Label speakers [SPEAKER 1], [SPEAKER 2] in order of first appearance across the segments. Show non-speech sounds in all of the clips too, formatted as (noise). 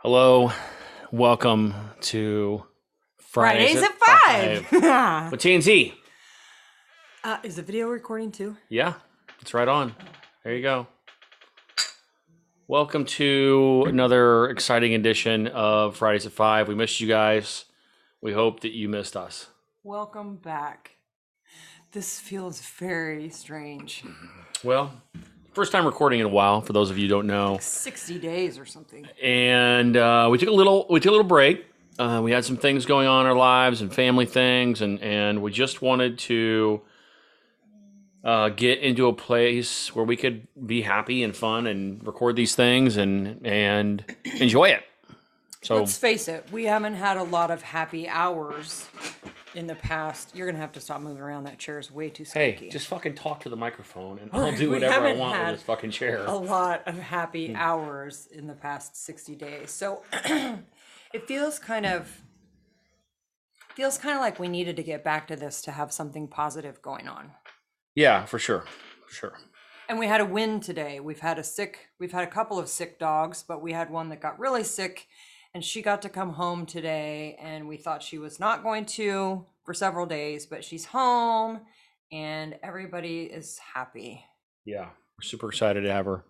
[SPEAKER 1] Hello, welcome to Fridays,
[SPEAKER 2] Fridays at five.
[SPEAKER 1] with TNT.
[SPEAKER 2] (laughs) uh, is the video recording too?
[SPEAKER 1] Yeah, it's right on. There you go. Welcome to another exciting edition of Fridays at five. We missed you guys. We hope that you missed us.
[SPEAKER 2] Welcome back. This feels very strange.
[SPEAKER 1] Well, first time recording in a while. For those of you who don't know,
[SPEAKER 2] Sixty days or something.
[SPEAKER 1] and uh, we took a little we took a little break. Uh, we had some things going on in our lives and family things, and and we just wanted to uh, get into a place where we could be happy and fun and record these things and and enjoy it. So
[SPEAKER 2] Let's face it, we haven't had a lot of happy hours in the past. You're gonna have to stop moving around. That chair is way too squeaky.
[SPEAKER 1] hey, just fucking talk to the microphone, and I'll do
[SPEAKER 2] We
[SPEAKER 1] whatever I
[SPEAKER 2] haven't
[SPEAKER 1] want
[SPEAKER 2] had
[SPEAKER 1] with this fucking chair.
[SPEAKER 2] a lot of happy hours in the past 60 days. So (clears throat) it feels kind of feels kind of like we needed to get back to this to have something positive going on.
[SPEAKER 1] Yeah, for sure, for sure.
[SPEAKER 2] And we had a win today. We've had a sick, we've had a couple of sick dogs, but we had one that got really sick and she got to come home today. And we thought she was not going to for several days, but she's home and everybody is happy.
[SPEAKER 1] Yeah, we're super excited to have her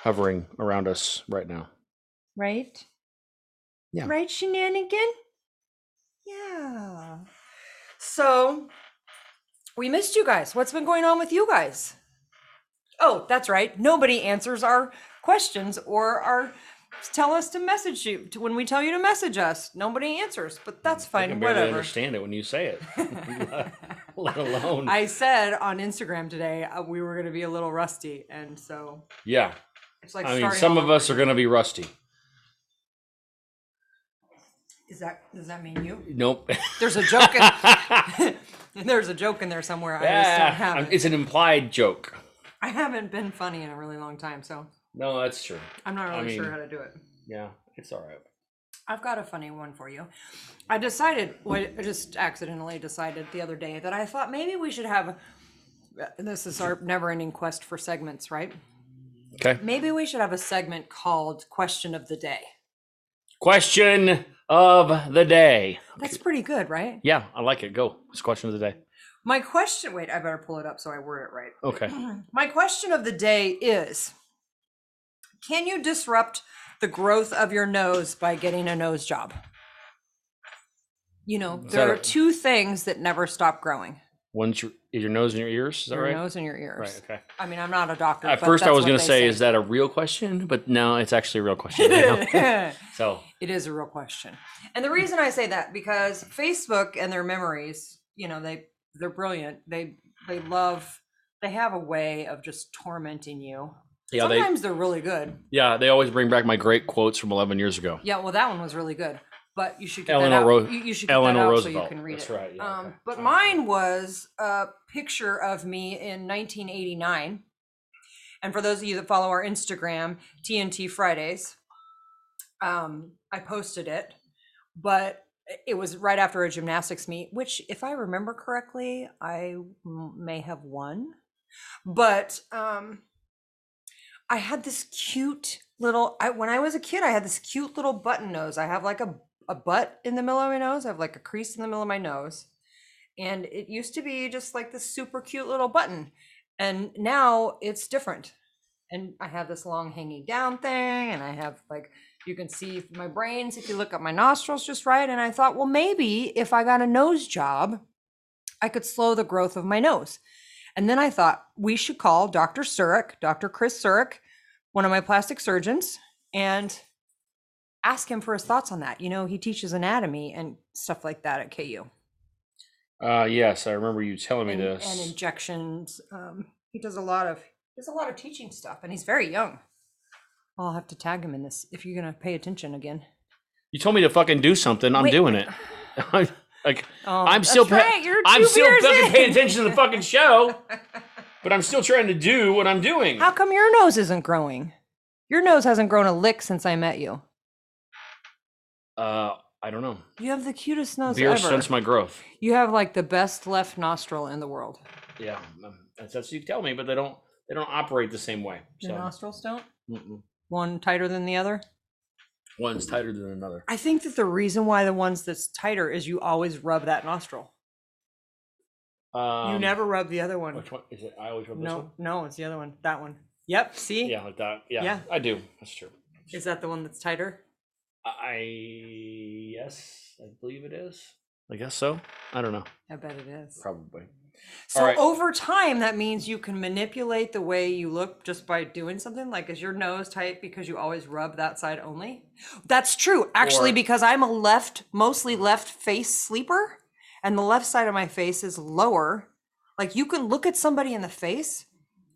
[SPEAKER 1] hovering around us right now.
[SPEAKER 2] Right?
[SPEAKER 1] Yeah.
[SPEAKER 2] Right, shenanigan? Yeah. So we missed you guys. What's been going on with you guys? Oh, that's right. Nobody answers our questions or our tell us to message you to- when we tell you to message us. Nobody answers, but that's
[SPEAKER 1] I
[SPEAKER 2] fine.
[SPEAKER 1] Mm, can barely
[SPEAKER 2] Whatever.
[SPEAKER 1] understand it (laughs) when you say
[SPEAKER 2] (laughs)
[SPEAKER 1] it, let alone.
[SPEAKER 2] I said on Instagram today uh, we were going to be a little rusty, and so
[SPEAKER 1] yeah,
[SPEAKER 2] it's like
[SPEAKER 1] I mean,
[SPEAKER 2] starting
[SPEAKER 1] some
[SPEAKER 2] all
[SPEAKER 1] of us are going to be rusty.
[SPEAKER 2] Is that does that mean you?
[SPEAKER 1] Nope. (laughs)
[SPEAKER 2] There's a joke. In, (laughs) there's a joke in there somewhere. I just don't
[SPEAKER 1] Ah,
[SPEAKER 2] have it.
[SPEAKER 1] it's an implied joke.
[SPEAKER 2] I haven't been funny in a really long time, so
[SPEAKER 1] No, that's true.
[SPEAKER 2] I'm not
[SPEAKER 1] I
[SPEAKER 2] really sure
[SPEAKER 1] mean-
[SPEAKER 2] how to do it.
[SPEAKER 1] Yeah, it's all right.
[SPEAKER 2] I've got a funny one for you. I decided, well, I just accidentally decided the other day that I thought maybe we should have. uh, This is our never-ending quest for segments, right?
[SPEAKER 1] Okay.
[SPEAKER 2] Maybe we should have a segment called "Question of the Day."
[SPEAKER 1] Question of the day.
[SPEAKER 2] That's pretty good, right?
[SPEAKER 1] Yeah, I like it. Go. It's question of the day.
[SPEAKER 2] My question. Wait, I better pull it up so I word it right.
[SPEAKER 1] Okay.
[SPEAKER 2] (clears throat) My question of the day is Can you disrupt the growth of your nose by getting a nose job? You know,
[SPEAKER 1] Is
[SPEAKER 2] there
[SPEAKER 1] that
[SPEAKER 2] are
[SPEAKER 1] a-
[SPEAKER 2] two things that never stop growing
[SPEAKER 1] One's your, is your nose and your ears. Is that
[SPEAKER 2] your
[SPEAKER 1] right?
[SPEAKER 2] nose and your
[SPEAKER 1] Right.
[SPEAKER 2] ears.
[SPEAKER 1] Okay.
[SPEAKER 2] I mean, I'm not a doctor.
[SPEAKER 1] At
[SPEAKER 2] but
[SPEAKER 1] first, I
[SPEAKER 2] that's
[SPEAKER 1] was
[SPEAKER 2] what
[SPEAKER 1] going to
[SPEAKER 2] they
[SPEAKER 1] say, is that a real question? But no, it's actually a real question.
[SPEAKER 2] (laughs)
[SPEAKER 1] now. so,
[SPEAKER 2] It is a real question. And the reason I say that because Facebook and their memories, you know, they they're brilliant. They they love they have a way of just tormenting you.
[SPEAKER 1] yeah, they
[SPEAKER 2] Sometimes they're really good.
[SPEAKER 1] yeah they always bring back my great quotes from 11 years ago.
[SPEAKER 2] Yeah, well, that one was really good, but you should get
[SPEAKER 1] Eleanor
[SPEAKER 2] that out.
[SPEAKER 1] Ro-
[SPEAKER 2] you, you should get
[SPEAKER 1] Eleanor
[SPEAKER 2] that out so
[SPEAKER 1] Roosevelt.
[SPEAKER 2] you can read
[SPEAKER 1] That's
[SPEAKER 2] it.
[SPEAKER 1] right, yeah,
[SPEAKER 2] um,
[SPEAKER 1] okay.
[SPEAKER 2] But
[SPEAKER 1] All right.
[SPEAKER 2] mine was a picture of me in 1989, and for those of you that follow our Instagram, TNT Fridays, um, I posted it, but it was right after a gymnastics meet, which, if I remember correctly, I m- may have won, but. Um, I had this cute little I when I was a kid, I had this cute little button nose. I have like a a butt in the middle of my nose. I have like a crease in the middle of my nose. And it used to be just like this super cute little button. And now it's different. And I have this long hanging down thing and I have like you can see my brains if you look at my nostrils just right and I thought, well maybe if I got a nose job, I could slow the growth of my nose. And then I thought we should call Dr. Surik, Dr. Chris Surik, one of my plastic surgeons, and ask him for his thoughts on that. You know, he teaches anatomy and stuff like that at KU.
[SPEAKER 1] Uh, yes, I remember you telling me
[SPEAKER 2] and, and
[SPEAKER 1] this.
[SPEAKER 2] injections. Um, he does a lot of he does a lot of teaching stuff, and he's very young. I'll have to tag him in this if you're gonna pay attention again.
[SPEAKER 1] you told me to fucking do something. I'm
[SPEAKER 2] Wait.
[SPEAKER 1] doing
[SPEAKER 2] (laughs)
[SPEAKER 1] it. (laughs) I'm, like,
[SPEAKER 2] Um,
[SPEAKER 1] I'm still
[SPEAKER 2] that's
[SPEAKER 1] pa-
[SPEAKER 2] right, you're
[SPEAKER 1] I'm
[SPEAKER 2] two
[SPEAKER 1] still
[SPEAKER 2] beers
[SPEAKER 1] fucking
[SPEAKER 2] in.
[SPEAKER 1] paying attention to the fucking
[SPEAKER 2] (laughs)
[SPEAKER 1] show, but I'm still trying to do what I'm doing.
[SPEAKER 2] How come your nose isn't growing? Your nose hasn't grown a lick since I met you.
[SPEAKER 1] Uh, I don't know.
[SPEAKER 2] You have the cutest nose
[SPEAKER 1] Beer
[SPEAKER 2] ever.
[SPEAKER 1] stunts my growth.
[SPEAKER 2] You have like the best left nostril in the world.
[SPEAKER 1] Yeah, um, that's, that's what you tell me, but they don't they don't operate the same way. So
[SPEAKER 2] nostrils don't?
[SPEAKER 1] mm-mm.
[SPEAKER 2] One tighter than the other?
[SPEAKER 1] One's tighter than another.
[SPEAKER 2] I think that the reason why the ones that's tighter is you always rub that nostril.
[SPEAKER 1] Um,
[SPEAKER 2] you never rub the other one.
[SPEAKER 1] Which one is it? I always rub this
[SPEAKER 2] No, no, it's the other one. That one. Yep. See?
[SPEAKER 1] one. Yeah, like that. Yeah,
[SPEAKER 2] Yeah.
[SPEAKER 1] I do. That's true.
[SPEAKER 2] Is that the one that's tighter?
[SPEAKER 1] I yes, I believe it is. I guess so. I don't know.
[SPEAKER 2] I bet it is.
[SPEAKER 1] Probably.
[SPEAKER 2] So
[SPEAKER 1] right.
[SPEAKER 2] over time, that means you can manipulate the way you look just by doing something. Like, is your nose tight because you always rub that side only? That's true, actually,
[SPEAKER 1] Or-
[SPEAKER 2] because I'm a left, mostly left face sleeper, and the left side of my face is lower. Like, you can look at somebody in the face,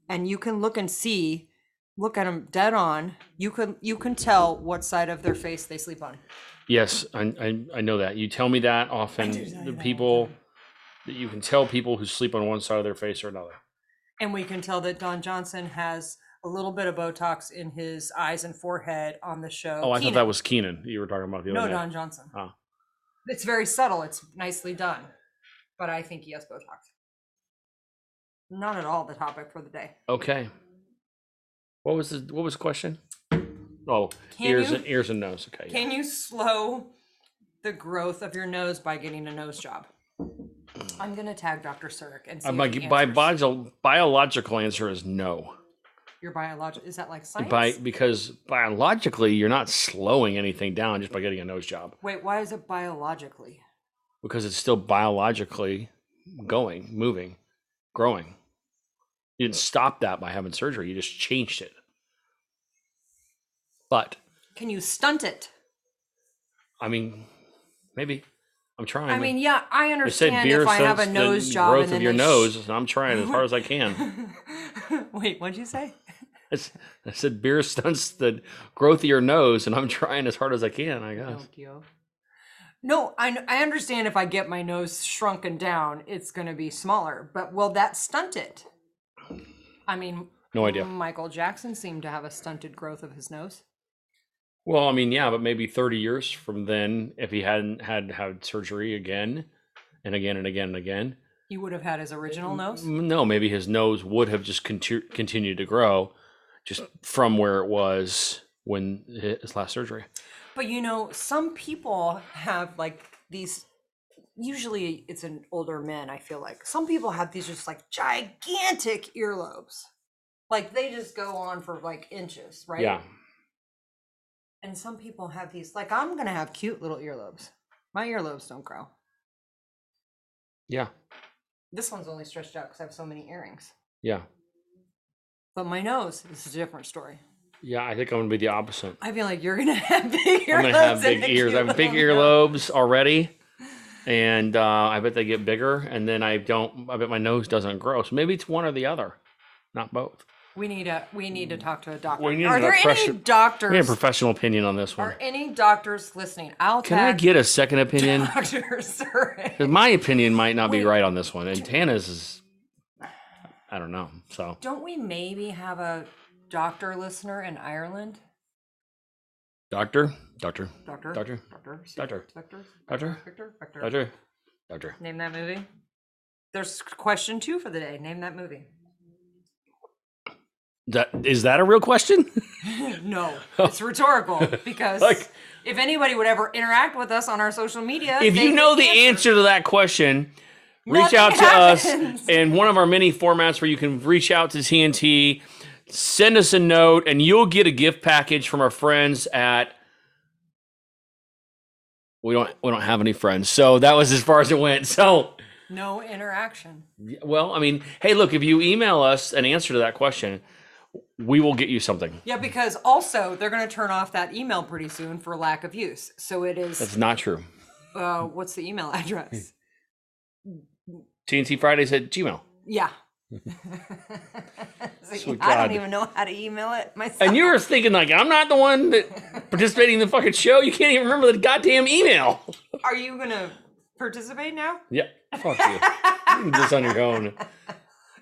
[SPEAKER 2] and you can look and see, look at them dead on. You can you can tell what side of their face they sleep on.
[SPEAKER 1] Yes, I, I I know that. You tell me that often.
[SPEAKER 2] do tell you
[SPEAKER 1] The
[SPEAKER 2] that all the
[SPEAKER 1] people that you can tell people who sleep on one side of their face or another.
[SPEAKER 2] And we can tell that Don Johnson has a little bit of Botox in his eyes and forehead on the show.
[SPEAKER 1] Oh, I
[SPEAKER 2] Keenan.
[SPEAKER 1] thought that was Keenan. You were talking about the other
[SPEAKER 2] no
[SPEAKER 1] night.
[SPEAKER 2] Don Johnson.
[SPEAKER 1] Oh.
[SPEAKER 2] It's very subtle. It's nicely done, but I think he has Botox. Not at all the topic for the day.
[SPEAKER 1] Okay. What was the what was the question? Oh,
[SPEAKER 2] Can
[SPEAKER 1] ears
[SPEAKER 2] you-
[SPEAKER 1] and ears and nose. Okay. yeah.
[SPEAKER 2] Can you slow the growth of your nose by getting a nose job?
[SPEAKER 1] Mm.
[SPEAKER 2] I'm gonna tag Dr. Surik and see.
[SPEAKER 1] Uh,
[SPEAKER 2] if
[SPEAKER 1] my
[SPEAKER 2] he
[SPEAKER 1] my
[SPEAKER 2] answers.
[SPEAKER 1] bio, biological answer is no.
[SPEAKER 2] your biologic is that like science?
[SPEAKER 1] By because biologically you're not slowing anything down just by getting a nose job
[SPEAKER 2] Wait, why is it biologically?
[SPEAKER 1] because it's still biologically going, moving, growing. You didn't stop that by having surgery. You just changed it. But
[SPEAKER 2] Can you stunt it?
[SPEAKER 1] I mean, maybe I'm trying.
[SPEAKER 2] I mean, yeah,
[SPEAKER 1] they
[SPEAKER 2] I
[SPEAKER 1] said
[SPEAKER 2] understand
[SPEAKER 1] beer
[SPEAKER 2] if I have a
[SPEAKER 1] stunts the
[SPEAKER 2] nose job
[SPEAKER 1] growth
[SPEAKER 2] and then
[SPEAKER 1] of your
[SPEAKER 2] they sh-
[SPEAKER 1] nose, and I'm trying as
[SPEAKER 2] (laughs)
[SPEAKER 1] hard as I can.
[SPEAKER 2] Wait, what'd you (laughs) say?
[SPEAKER 1] I s- I said beer stunts the growth of your nose, and I'm trying as hard as I can. I guess. (laughs)
[SPEAKER 2] Pinocchio. No, I, kn- I understand if I get my nose shrunken down, it's going to be smaller, but will that stunt it? I mean,
[SPEAKER 1] No idea.
[SPEAKER 2] Michael Jackson seemed to have a stunted growth of his nose.
[SPEAKER 1] Well, I mean, yeah, but maybe 30 years from then, if he hadn't had had surgery again, and again and again and again,
[SPEAKER 2] He would have had his original nose.
[SPEAKER 1] m- no, maybe his nose would have just contu- continued to grow, just from where it was when hi- his last surgery.
[SPEAKER 2] But you know, some people have like these. Usually, it's an older men. I feel like some people have these just like gigantic earlobes, like they just go on for like inches, right?
[SPEAKER 1] Yeah,
[SPEAKER 2] And some people have these. Like I'm gonna have cute little earlobes. My earlobes don't grow.
[SPEAKER 1] yeah,
[SPEAKER 2] This one's only stretched out because I have so many earrings.
[SPEAKER 1] yeah,
[SPEAKER 2] But my nose, this is a different story.
[SPEAKER 1] yeah. I think I'm gonna be the opposite.
[SPEAKER 2] I feel like you're gonna (laughs) have big earlobes.
[SPEAKER 1] I'm gonna have
[SPEAKER 2] and
[SPEAKER 1] big
[SPEAKER 2] a
[SPEAKER 1] ears. I
[SPEAKER 2] cute
[SPEAKER 1] have big
[SPEAKER 2] little nose.
[SPEAKER 1] earlobes already, and uh, I bet they get bigger. And then I don't. I bet my nose doesn't grow. So maybe it's one or the other, not both.
[SPEAKER 2] We need a. We need to talk to a doctor.
[SPEAKER 1] Mm. We need
[SPEAKER 2] Are
[SPEAKER 1] a
[SPEAKER 2] there
[SPEAKER 1] pressure-
[SPEAKER 2] any doctors?
[SPEAKER 1] We need a professional opinion on this one.
[SPEAKER 2] Are any doctors listening? I'll
[SPEAKER 1] Can I
[SPEAKER 2] tag
[SPEAKER 1] get a second
[SPEAKER 2] (laughs)
[SPEAKER 1] opinion?
[SPEAKER 2] Dr. Surin.
[SPEAKER 1] Because my opinion might not
[SPEAKER 2] Wait.
[SPEAKER 1] be right on this one, and Tana's is. I don't know. So
[SPEAKER 2] Don't we maybe have a doctor listener in Ireland?
[SPEAKER 1] doctor, doctor,
[SPEAKER 2] Doctor.
[SPEAKER 1] Doctor.
[SPEAKER 2] Doctor.
[SPEAKER 1] Doctor.
[SPEAKER 2] Doctor.
[SPEAKER 1] doctor,
[SPEAKER 2] Doctor. Doctor.
[SPEAKER 1] doctor, doctor.
[SPEAKER 2] Name that movie. There's question two for the day. Name
[SPEAKER 1] (laughs)
[SPEAKER 2] that movie.
[SPEAKER 1] That is that a real question?
[SPEAKER 2] no,
[SPEAKER 1] (laughs)
[SPEAKER 2] it's rhetorical because
[SPEAKER 1] Oh. Like-
[SPEAKER 2] if anybody would ever interact with us on our social media,
[SPEAKER 1] if
[SPEAKER 2] they
[SPEAKER 1] you
[SPEAKER 2] would
[SPEAKER 1] know the answer to that question, reach
[SPEAKER 2] Nothing
[SPEAKER 1] out to
[SPEAKER 2] happens.
[SPEAKER 1] us in one of our many formats where you can reach out to TNT, send us a note, and you'll get a gift package from our friends at. We don't we don't have any friends, so that was as far as it went. So,
[SPEAKER 2] no interaction.
[SPEAKER 1] well, I mean, hey, look, if you email us an answer to that question, we will get you something.
[SPEAKER 2] Yeah, because also they're going to turn off that email pretty soon for lack of use. So it is
[SPEAKER 1] That's not true.
[SPEAKER 2] uh, what's the email (laughs) address?
[SPEAKER 1] TNT Fridays at Gmail. (laughs)
[SPEAKER 2] Yeah. See,
[SPEAKER 1] Sweet
[SPEAKER 2] I
[SPEAKER 1] God.
[SPEAKER 2] don't even know how to email it myself.
[SPEAKER 1] And you were thinking like, I'm not the one that participating in the fucking show. You can't even remember the goddamn email.
[SPEAKER 2] Are you gonna participate now?
[SPEAKER 1] Yeah. Fuck you. you can do this on your
[SPEAKER 2] (laughs)
[SPEAKER 1] own.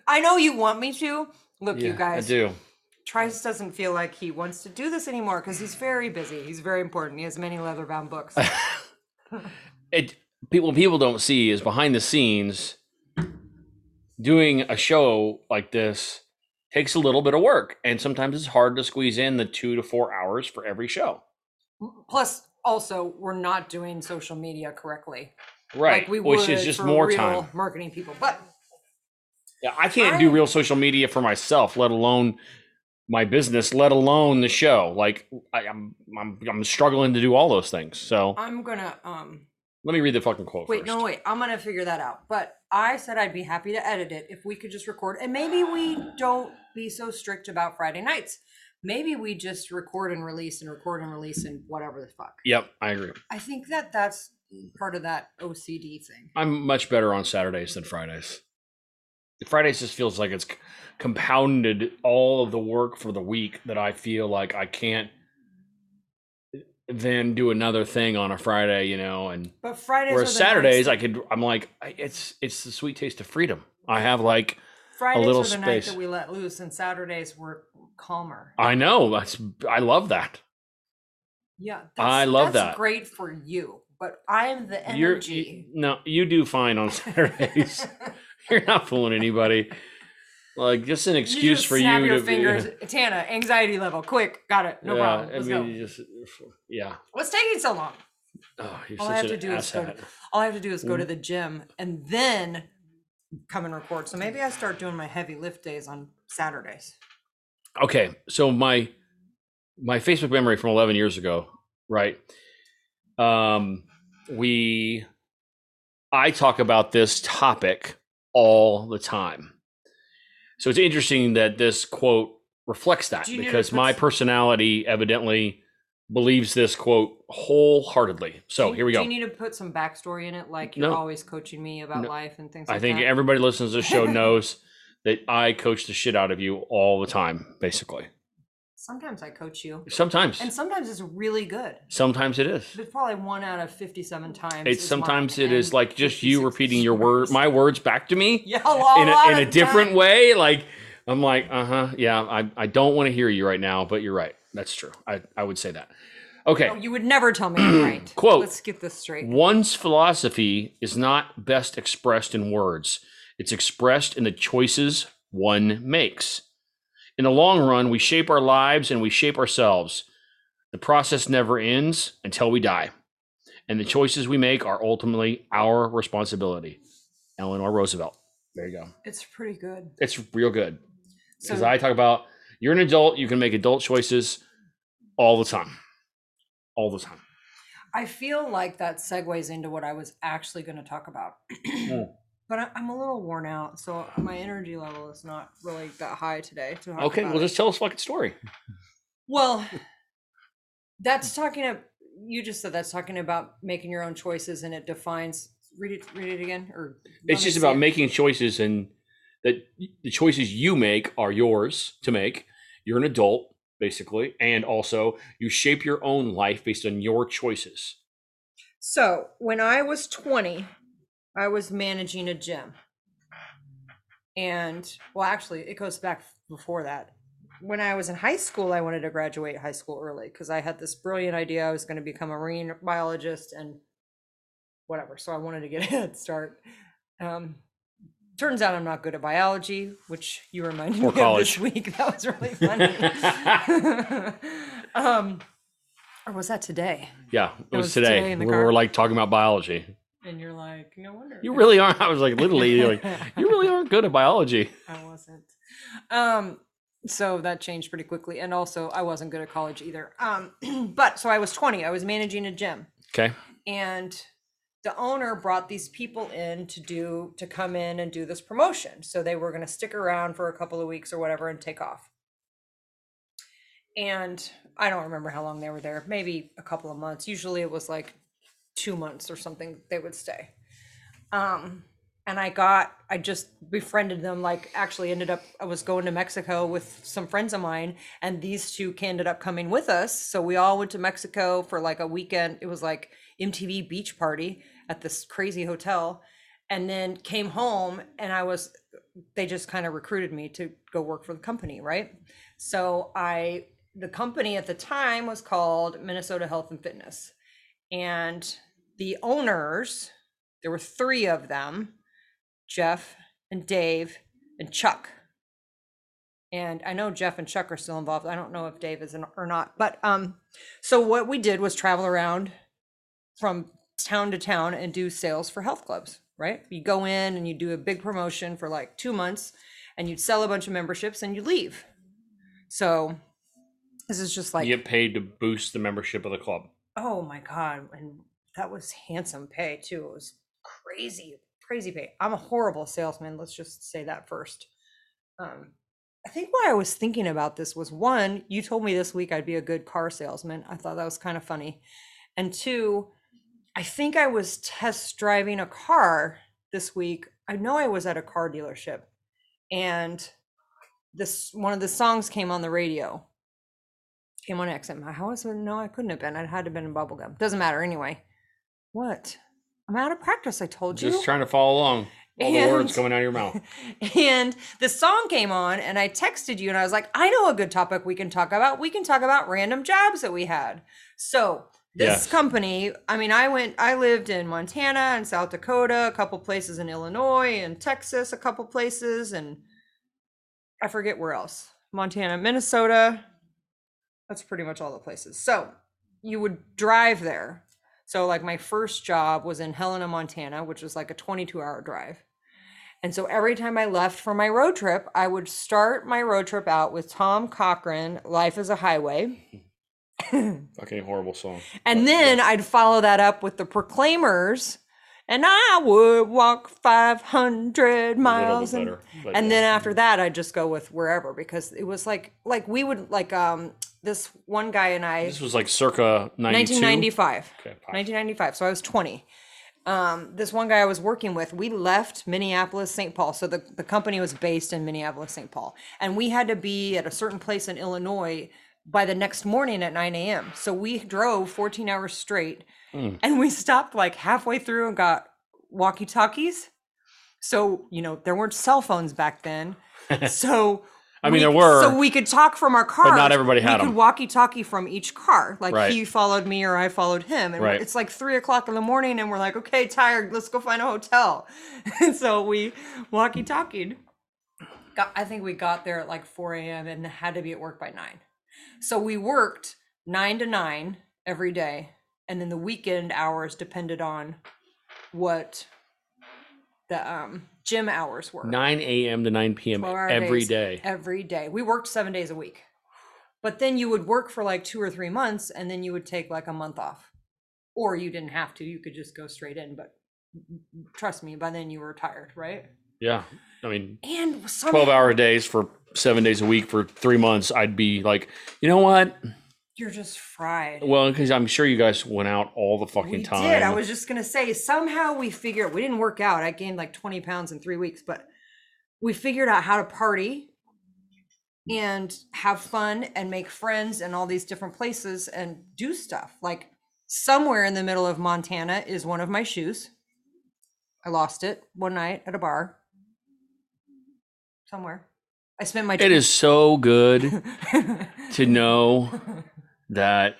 [SPEAKER 2] I know you want me to. Look,
[SPEAKER 1] Yeah,
[SPEAKER 2] you guys.
[SPEAKER 1] I do.
[SPEAKER 2] Trice doesn't feel like he wants to do this anymore because he's very busy. He's very important. He has many leather-bound
[SPEAKER 1] (laughs)
[SPEAKER 2] books.
[SPEAKER 1] It people people don't see is behind the scenes doing a show like this takes a little bit of work and sometimes it's hard to squeeze in the 2 to 4 hours for every show.
[SPEAKER 2] Plus, also, we're not doing social media correctly.
[SPEAKER 1] right?
[SPEAKER 2] Like we
[SPEAKER 1] Which
[SPEAKER 2] would
[SPEAKER 1] is just
[SPEAKER 2] for
[SPEAKER 1] more
[SPEAKER 2] real
[SPEAKER 1] time.
[SPEAKER 2] Marketing people, but
[SPEAKER 1] Yeah, I can't do
[SPEAKER 2] I-
[SPEAKER 1] real social media for myself, let alone my business, let alone the show. Like I, I'm, I'm, I'm struggling to do all those things. So
[SPEAKER 2] I'm gonna um
[SPEAKER 1] let me read the fucking quote
[SPEAKER 2] wait,
[SPEAKER 1] first.
[SPEAKER 2] no wait, I'm gonna figure that out. But I said I'd be happy to edit it if we could just record and maybe we don't be so strict about Friday nights. Maybe we just record and release and record and release and whatever the fuck.
[SPEAKER 1] Yep, I agree.
[SPEAKER 2] I think that that's part of that OCD thing.
[SPEAKER 1] I'm much better on Saturdays than Fridays. Fridays just feels like it's c- compounded all of the work for the week that I feel like I can't then do another thing on a Friday, you know, and
[SPEAKER 2] But Fridays
[SPEAKER 1] whereas
[SPEAKER 2] are the nights
[SPEAKER 1] Saturdays
[SPEAKER 2] that-
[SPEAKER 1] I could I'm like I- it's it's the sweet taste of freedom. I have like
[SPEAKER 2] Fridays
[SPEAKER 1] little
[SPEAKER 2] are the night
[SPEAKER 1] space.
[SPEAKER 2] that we let loose and Saturdays were calmer.
[SPEAKER 1] I know that's I love that.
[SPEAKER 2] Yeah,
[SPEAKER 1] I love
[SPEAKER 2] that's
[SPEAKER 1] that.
[SPEAKER 2] Great for you, but I am the
[SPEAKER 1] You're
[SPEAKER 2] energy.
[SPEAKER 1] you, no, you do fine on (laughs)
[SPEAKER 2] (laughs)
[SPEAKER 1] Saturdays. You're not fooling anybody. Like just an excuse
[SPEAKER 2] just
[SPEAKER 1] for
[SPEAKER 2] snap
[SPEAKER 1] you
[SPEAKER 2] your
[SPEAKER 1] to
[SPEAKER 2] fingers.
[SPEAKER 1] be
[SPEAKER 2] Tana, anxiety level, quick, got it,
[SPEAKER 1] (laughs)
[SPEAKER 2] no
[SPEAKER 1] yeah,
[SPEAKER 2] problem.
[SPEAKER 1] I
[SPEAKER 2] Let's
[SPEAKER 1] mean,
[SPEAKER 2] go.
[SPEAKER 1] you just yeah.
[SPEAKER 2] What's taking so long?
[SPEAKER 1] Oh, you're
[SPEAKER 2] All
[SPEAKER 1] such
[SPEAKER 2] I have
[SPEAKER 1] an
[SPEAKER 2] to do is go to-
[SPEAKER 1] asshat.
[SPEAKER 2] All I have to do is go
[SPEAKER 1] Mm.
[SPEAKER 2] to the gym and then come and record. So maybe I start doing my heavy lift days on Saturdays.
[SPEAKER 1] Okay, so my my Facebook memory from 11 years ago, right? Um, we I talk about this topic all the time. So it's interesting that this quote reflects that
[SPEAKER 2] Do you
[SPEAKER 1] because
[SPEAKER 2] notice
[SPEAKER 1] my
[SPEAKER 2] what's-
[SPEAKER 1] personality evidently believes this quote wholeheartedly.
[SPEAKER 2] Do
[SPEAKER 1] So
[SPEAKER 2] you-
[SPEAKER 1] here we
[SPEAKER 2] Do
[SPEAKER 1] go.
[SPEAKER 2] you need to put some backstory in it, like you're
[SPEAKER 1] No.
[SPEAKER 2] always coaching me about
[SPEAKER 1] No.
[SPEAKER 2] life and things?
[SPEAKER 1] I
[SPEAKER 2] like
[SPEAKER 1] think
[SPEAKER 2] that?
[SPEAKER 1] everybody listens to this
[SPEAKER 2] (laughs)
[SPEAKER 1] show knows that I coach the shit out of you all the time, basically.
[SPEAKER 2] sometimes I coach you,
[SPEAKER 1] Sometimes.
[SPEAKER 2] and sometimes it's really good.
[SPEAKER 1] Sometimes it is.
[SPEAKER 2] There's probably one out of fifty-seven times.
[SPEAKER 1] It's
[SPEAKER 2] is
[SPEAKER 1] sometimes
[SPEAKER 2] mine
[SPEAKER 1] it is
[SPEAKER 2] and
[SPEAKER 1] like just you
[SPEAKER 2] 56
[SPEAKER 1] repeating your word,
[SPEAKER 2] yours.
[SPEAKER 1] my words back to me
[SPEAKER 2] (laughs) Yeah, a lot,
[SPEAKER 1] in
[SPEAKER 2] lot
[SPEAKER 1] a, in a
[SPEAKER 2] of
[SPEAKER 1] different
[SPEAKER 2] times.
[SPEAKER 1] way. Like I'm like, uh huh, yeah. I I don't want to hear you right now, but you're right. That's true. I I would say that. Okay.
[SPEAKER 2] No, you would never tell
[SPEAKER 1] (clears throat)
[SPEAKER 2] me I'm right.
[SPEAKER 1] Quote.
[SPEAKER 2] Let's get this straight.
[SPEAKER 1] One's philosophy is not best expressed in words, it's expressed in the choices one makes. In the long run, we shape our lives and we shape ourselves. The process never ends until we die. And the choices we make are ultimately our responsibility. Eleanor Roosevelt. There you go.
[SPEAKER 2] It's pretty good.
[SPEAKER 1] It's real good. Because
[SPEAKER 2] So
[SPEAKER 1] I talk about you're an adult, you can make adult choices all the time. All the time.
[SPEAKER 2] I feel like that segues into what I was actually going to talk about.
[SPEAKER 1] Hmm.
[SPEAKER 2] (clears throat) But I, I'm a little worn out, so my energy level is not really that high today. To talk
[SPEAKER 1] Okay,
[SPEAKER 2] about
[SPEAKER 1] well,
[SPEAKER 2] it.
[SPEAKER 1] just Hmm. tell us fucking story.
[SPEAKER 2] Well, that's talking ab you just said that's talking about making your own choices and it defines read it read it again or let
[SPEAKER 1] it's
[SPEAKER 2] me
[SPEAKER 1] just
[SPEAKER 2] see
[SPEAKER 1] about
[SPEAKER 2] it.
[SPEAKER 1] making choices and that the choices you make are yours to make you're an adult basically and also you shape your own life based on your choices
[SPEAKER 2] So, when I was 20, I was managing a gym. And well, actually, it goes back before that. When I was in high school, I wanted to graduate high school early because I had this brilliant idea I was going to become a marine biologist and whatever. So, I wanted to get (laughs) a head start. Um, turns out I'm not good at biology, which you reminded
[SPEAKER 1] Or
[SPEAKER 2] me
[SPEAKER 1] college.
[SPEAKER 2] of this week. (laughs) That
[SPEAKER 1] (laughs)
[SPEAKER 2] was really funny. (laughs) um, or was that today?
[SPEAKER 1] yeah it was,
[SPEAKER 2] was
[SPEAKER 1] today,
[SPEAKER 2] today in the
[SPEAKER 1] we were
[SPEAKER 2] car.
[SPEAKER 1] like talking about biology
[SPEAKER 2] And you're like, no wonder.
[SPEAKER 1] you
[SPEAKER 2] (laughs)
[SPEAKER 1] really aren't i was like literally you're like you really aren't good at biology
[SPEAKER 2] I wasn't. Um, so that changed pretty quickly, and also I wasn't good at college either. Um, (clears throat) but so I was 20. I was managing a gym,
[SPEAKER 1] okay
[SPEAKER 2] and the owner brought these people in to do to come in and do this promotion. So they were going to stick around for a couple of weeks or whatever and take off. And I don't remember how long they were there. Maybe a couple of months. Usually it was like two months or something they would stay. Um, and I got, I just befriended them. Like, actually, ended up, I was going to Mexico with some friends of mine, and these two ca- ended up coming with us. So we all went to Mexico for like a weekend. It was like MTV beach party at this crazy hotel, and then came home, and I was, they just kind of recruited me to go work for the company, right? So I, the company at the time was called Minnesota Health and Fitness, and the owners there were three of them Jeff and Dave and Chuck. And I know Jeff and Chuck are still involved. I don't know if Dave is in- or not, but um, so what we did was travel around from town to town and do sales for health clubs, right? You go in and you do a big promotion for like two months and you'd sell a bunch of memberships and you leave. So this is just like,
[SPEAKER 1] you get paid to boost the membership of the club.
[SPEAKER 2] oh my God. And that was handsome pay too. It was crazy, crazy pay. I'm a horrible salesman. Let's just say that first. Um, I think why I was thinking about this was one, you told me this week I'd be a good car salesman. I thought that was kind of funny. And two, I think I was test driving a car this week. I know I was at a car dealership and this one of the songs came on the radio. Came on XM. How was it? No, I couldn't have been. I had to have been in bubblegum. Doesn't matter anyway. What? I'm out of practice. I told you.
[SPEAKER 1] Just trying to follow along. All the words
[SPEAKER 2] And-
[SPEAKER 1] coming out of your mouth.
[SPEAKER 2] (laughs) and the song came on and i texted you and i was like i know a good topic we can talk about we can talk about random jobs that we had so this
[SPEAKER 1] Yes.
[SPEAKER 2] company i mean i went i lived in montana and south dakota a couple places in illinois and texas a couple places and i forget where else montana minnesota that's pretty much all the places so you would drive there so like my first job was in helena montana which was like a 22 hour drive and so every time I left for my road trip, I would start my road trip out with Tom Cochran, Life is a Highway.
[SPEAKER 1] Fucking horrible song.
[SPEAKER 2] And then I'd follow that up with the Proclaimers, and I would walk 500
[SPEAKER 1] A little bit
[SPEAKER 2] miles. And,
[SPEAKER 1] better, but
[SPEAKER 2] and
[SPEAKER 1] yeah.
[SPEAKER 2] then after that, I'd just go with wherever because it was like, like we would, like, um, this one guy and I,
[SPEAKER 1] this was like circa 92.
[SPEAKER 2] 1995.
[SPEAKER 1] Okay, pop.
[SPEAKER 2] 1995. So I was 20. Um, this one guy I was working with, we left Minneapolis, St. Paul. So the, the company was based in Minneapolis, St. Paul. And we had to be at a certain place in Illinois by the next morning at 9 a.m. So we drove 14 hours straight and we stopped like halfway through and got walkie talkies. So, you know, there weren't cell phones back then. So,
[SPEAKER 1] I mean,
[SPEAKER 2] we-
[SPEAKER 1] there were,
[SPEAKER 2] So we could talk from our car.
[SPEAKER 1] not everybody had
[SPEAKER 2] We
[SPEAKER 1] 'em.
[SPEAKER 2] could walkie talkie from each car. Like
[SPEAKER 1] Right.
[SPEAKER 2] he followed me or I followed him. And
[SPEAKER 1] Right.
[SPEAKER 2] it's like three o'clock in the morning and we're like, okay, tired. Let's go find a hotel. (laughs) and so we walkie talkied. I think we got there at like 4 a.m. and had to be at work by nine. So we worked nine to nine every day. And then the weekend hours depended on what the um, gym hours were.
[SPEAKER 1] 9 a.m. to 9 p.m.
[SPEAKER 2] 12 hour
[SPEAKER 1] every
[SPEAKER 2] days,
[SPEAKER 1] day.
[SPEAKER 2] Every day. We worked seven days a week. But then you would work for like two or three months and then you would take like a month off. Or you didn't have to. You could just go straight in. But mm, trust me, by then you were tired, right?
[SPEAKER 1] Yeah. I mean,
[SPEAKER 2] And some
[SPEAKER 1] 12 hour days for seven days a week for three months. I'd be like, you know what?
[SPEAKER 2] you're just fried.
[SPEAKER 1] Well, because I'm sure you guys went out all the fucking
[SPEAKER 2] We
[SPEAKER 1] time.
[SPEAKER 2] did. I was just gonna say somehow we figured we didn't work out. I gained like 20 pounds in three weeks, but we figured out how to party and have fun and make friends in all these different places and do stuff. Like somewhere in the middle of Montana is one of my shoes. I lost it one night at a bar. Somewhere. I spent my
[SPEAKER 1] It is so
[SPEAKER 2] (laughs)
[SPEAKER 1] good to know that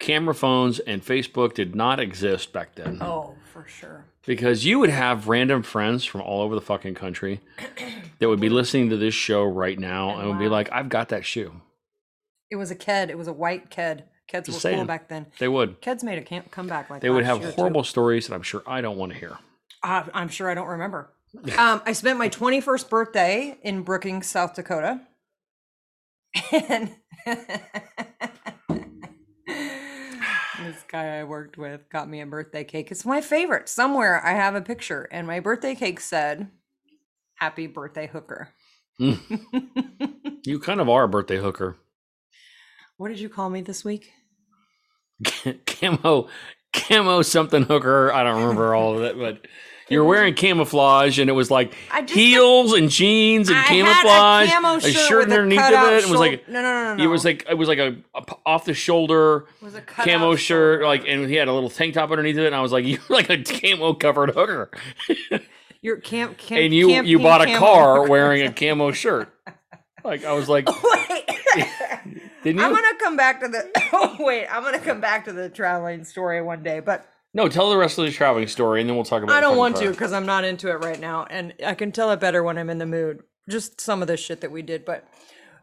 [SPEAKER 1] camera phones and Facebook did not exist back then.
[SPEAKER 2] Oh, for sure.
[SPEAKER 1] Because you would have random friends from all over the fucking country that would be listening to this show right
[SPEAKER 2] Oh,
[SPEAKER 1] now and would be like, I've got that shoe.
[SPEAKER 2] It was a ked. It was a white ked. Keds were
[SPEAKER 1] Just
[SPEAKER 2] cool
[SPEAKER 1] saying.
[SPEAKER 2] back then.
[SPEAKER 1] They would.
[SPEAKER 2] Kids made a camp comeback like
[SPEAKER 1] They would
[SPEAKER 2] last
[SPEAKER 1] have
[SPEAKER 2] year, Oh, too.
[SPEAKER 1] horrible stories that I'm sure I don't want to hear.
[SPEAKER 2] Uh, I'm sure I don't remember. um, I spent my 21st birthday in Brookings, South Dakota, and (laughs) this guy I worked with got me a birthday cake. It's my favorite. Somewhere I have a picture, and my birthday cake said, "Happy birthday, hooker."
[SPEAKER 1] You kind of are a birthday hooker. (laughs)
[SPEAKER 2] What did you call me this week?
[SPEAKER 1] camo camo something hooker. I don't
[SPEAKER 2] (laughs)
[SPEAKER 1] remember all of it, but you were wearing camouflage and it was like
[SPEAKER 2] I just-
[SPEAKER 1] heels and jeans and
[SPEAKER 2] I
[SPEAKER 1] camouflage.
[SPEAKER 2] had a camo shirt, with a
[SPEAKER 1] underneath of
[SPEAKER 2] cutout
[SPEAKER 1] it. It was like
[SPEAKER 2] shoul- no, no, no, no, no.
[SPEAKER 1] it was like it was like a, off the shoulder
[SPEAKER 2] It was a cutout
[SPEAKER 1] camo shirt,
[SPEAKER 2] shoulder.
[SPEAKER 1] like and he had a little tank top underneath it, and I was like, (laughs) You're like a camo covered hooker.
[SPEAKER 2] your camp, camp
[SPEAKER 1] And you you
[SPEAKER 2] camping
[SPEAKER 1] bought a
[SPEAKER 2] camo
[SPEAKER 1] car
[SPEAKER 2] (laughs) hooker.
[SPEAKER 1] wearing a camo
[SPEAKER 2] (laughs)
[SPEAKER 1] shirt. Like I was like,
[SPEAKER 2] Wait.
[SPEAKER 1] didn't you?
[SPEAKER 2] I'm gonna come back to the. (coughs) Oh wait, I'm gonna come back to the traveling story one day, but
[SPEAKER 1] no, tell the rest of the traveling story, and then we'll talk about.
[SPEAKER 2] I
[SPEAKER 1] the
[SPEAKER 2] don't
[SPEAKER 1] fucking
[SPEAKER 2] want to
[SPEAKER 1] car.
[SPEAKER 2] because I'm not into it right now, and I can tell it better when I'm in the mood. just some of the shit that we did. But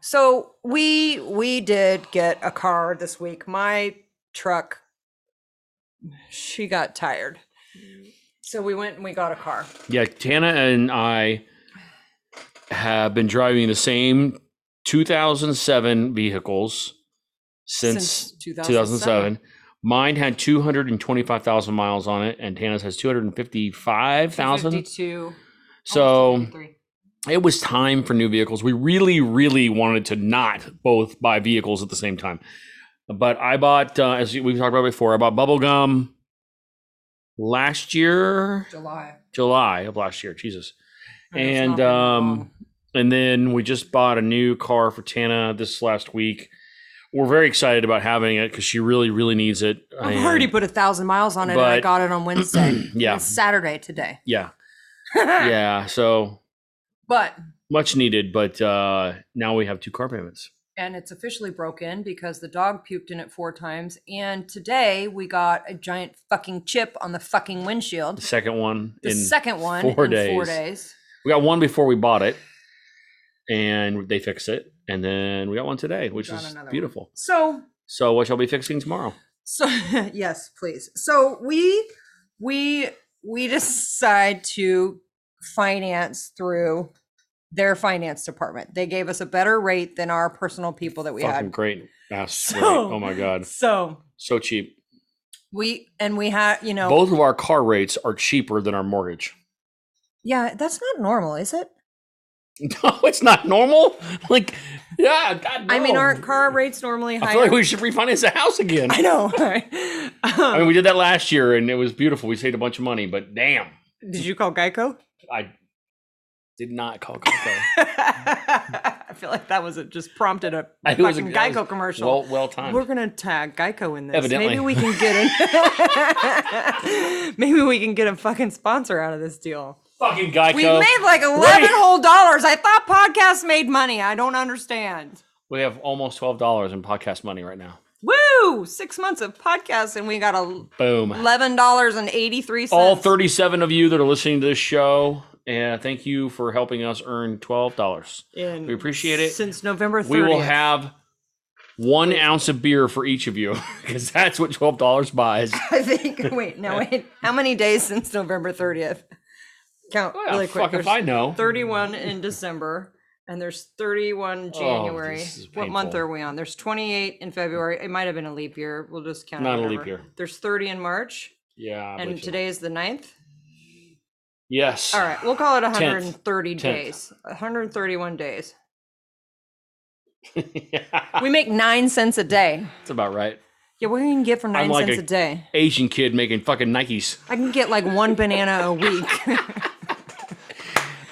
[SPEAKER 2] so we we did get a car this week. My truck, she got tired, so we went and we got a car.
[SPEAKER 1] Yeah, Tana and I have been driving the same 2007 vehicles since, 2007. Mine had 225,000 miles on it, and Tana's has 255,000.
[SPEAKER 2] 52.
[SPEAKER 1] So it was time for new vehicles. We really, really wanted to not both buy vehicles at the same time. But I bought, uh, as we've talked about before, I bought bubblegum last year,
[SPEAKER 2] July.
[SPEAKER 1] July of last year. Jesus.
[SPEAKER 2] I know it's
[SPEAKER 1] And,
[SPEAKER 2] not been that
[SPEAKER 1] um,
[SPEAKER 2] long.
[SPEAKER 1] And then we just bought a new car for Tana this last week. We're very excited about having it because she really, really needs it.
[SPEAKER 2] I've already
[SPEAKER 1] And-
[SPEAKER 2] put a thousand miles on it. and I
[SPEAKER 1] but-
[SPEAKER 2] got it on Wednesday.
[SPEAKER 1] (clears throat) Yeah.
[SPEAKER 2] It's Saturday today. (laughs)
[SPEAKER 1] Yeah.
[SPEAKER 2] Ah.
[SPEAKER 1] Yeah. So
[SPEAKER 2] But
[SPEAKER 1] much needed, but uh, now we have two car payments.
[SPEAKER 2] and it's officially broken because the dog puked in it four times. And today we got a giant fucking chip on the fucking
[SPEAKER 1] The
[SPEAKER 2] windshield.
[SPEAKER 1] second one
[SPEAKER 2] The
[SPEAKER 1] in
[SPEAKER 2] second one
[SPEAKER 1] four
[SPEAKER 2] in four
[SPEAKER 1] days.
[SPEAKER 2] days.
[SPEAKER 1] we got one before we bought it, and they fixed it, and then we got one today, which
[SPEAKER 2] got
[SPEAKER 1] is
[SPEAKER 2] another one.
[SPEAKER 1] beautiful.
[SPEAKER 2] So
[SPEAKER 1] So what shall be fixing tomorrow?
[SPEAKER 2] so (laughs) yes, please. So we we we (laughs) decide to finance through their finance department. They gave us a better rate than our personal people that we
[SPEAKER 1] Fucking
[SPEAKER 2] had.
[SPEAKER 1] great ass
[SPEAKER 2] So-
[SPEAKER 1] rate. Oh my god,
[SPEAKER 2] So
[SPEAKER 1] so cheap.
[SPEAKER 2] we and we had you know
[SPEAKER 1] Both of our car rates are cheaper than our mortgage. (laughs)
[SPEAKER 2] yeah that's not normal is it
[SPEAKER 1] No, it's not normal. Like, yeah, God,
[SPEAKER 2] i mean
[SPEAKER 1] no.
[SPEAKER 2] aren't car rates normally higher
[SPEAKER 1] I feel like we should refinance the house again.
[SPEAKER 2] (laughs) I
[SPEAKER 1] I,
[SPEAKER 2] know. Um,
[SPEAKER 1] mean, we did that last year, and it was beautiful. We saved a bunch of money, but damn,
[SPEAKER 2] (laughs) did you call Geico? (laughs)
[SPEAKER 1] I did not call Coco.
[SPEAKER 2] I feel like that was a, just prompted a
[SPEAKER 1] I- it
[SPEAKER 2] fucking
[SPEAKER 1] was a- that
[SPEAKER 2] Geico
[SPEAKER 1] was
[SPEAKER 2] commercial.
[SPEAKER 1] well, well timed.
[SPEAKER 2] We're gonna tag Geico in this.
[SPEAKER 1] Evidently.
[SPEAKER 2] Maybe we can get in. (laughs) Maybe we can get a fucking sponsor out of this deal.
[SPEAKER 1] Fucking Geico.
[SPEAKER 2] We made like eleven whole dollars. I thought podcasts made money. I don't understand.
[SPEAKER 1] We have almost twelve dollars in podcast money right now.
[SPEAKER 2] Woo! Six months of podcasts and we got a
[SPEAKER 1] Boom.
[SPEAKER 2] eleven dollars and eighty three cents.
[SPEAKER 1] All thirty-seven of you that are listening to this show, and thank you for helping us earn twelve dollars.
[SPEAKER 2] in-
[SPEAKER 1] We appreciate it.
[SPEAKER 2] Since November 30th.
[SPEAKER 1] We will have one ounce of beer for each of you (laughs) because that's what twelve dollars buys.
[SPEAKER 2] (laughs) I think. Wait, no, wait. How many days since November 30th? Count
[SPEAKER 1] Well,
[SPEAKER 2] really quick.
[SPEAKER 1] fuck if
[SPEAKER 2] There's
[SPEAKER 1] I know.
[SPEAKER 2] 31 in December, and there's 31
[SPEAKER 1] Oh,
[SPEAKER 2] January.
[SPEAKER 1] this is
[SPEAKER 2] what month
[SPEAKER 1] painful.
[SPEAKER 2] are we on? There's 28 in February. It might have been a leap year. We'll just count. it,
[SPEAKER 1] Not a leap
[SPEAKER 2] whatever.
[SPEAKER 1] year.
[SPEAKER 2] There's 30 in March,
[SPEAKER 1] Yeah. I
[SPEAKER 2] and
[SPEAKER 1] believe so.
[SPEAKER 2] today is the 9th.
[SPEAKER 1] Yes.
[SPEAKER 2] All right, we'll call it 130
[SPEAKER 1] 130 Tenth.
[SPEAKER 2] days.
[SPEAKER 1] (laughs)
[SPEAKER 2] 131 days.
[SPEAKER 1] yeah.
[SPEAKER 2] We make nine cents a day.
[SPEAKER 1] That's about right.
[SPEAKER 2] Yeah, what can you get for nine
[SPEAKER 1] like
[SPEAKER 2] cents
[SPEAKER 1] a-
[SPEAKER 2] a day?
[SPEAKER 1] Asian kid making fucking Nikes.
[SPEAKER 2] I can get like one banana
[SPEAKER 1] (laughs)
[SPEAKER 2] a week. (laughs) I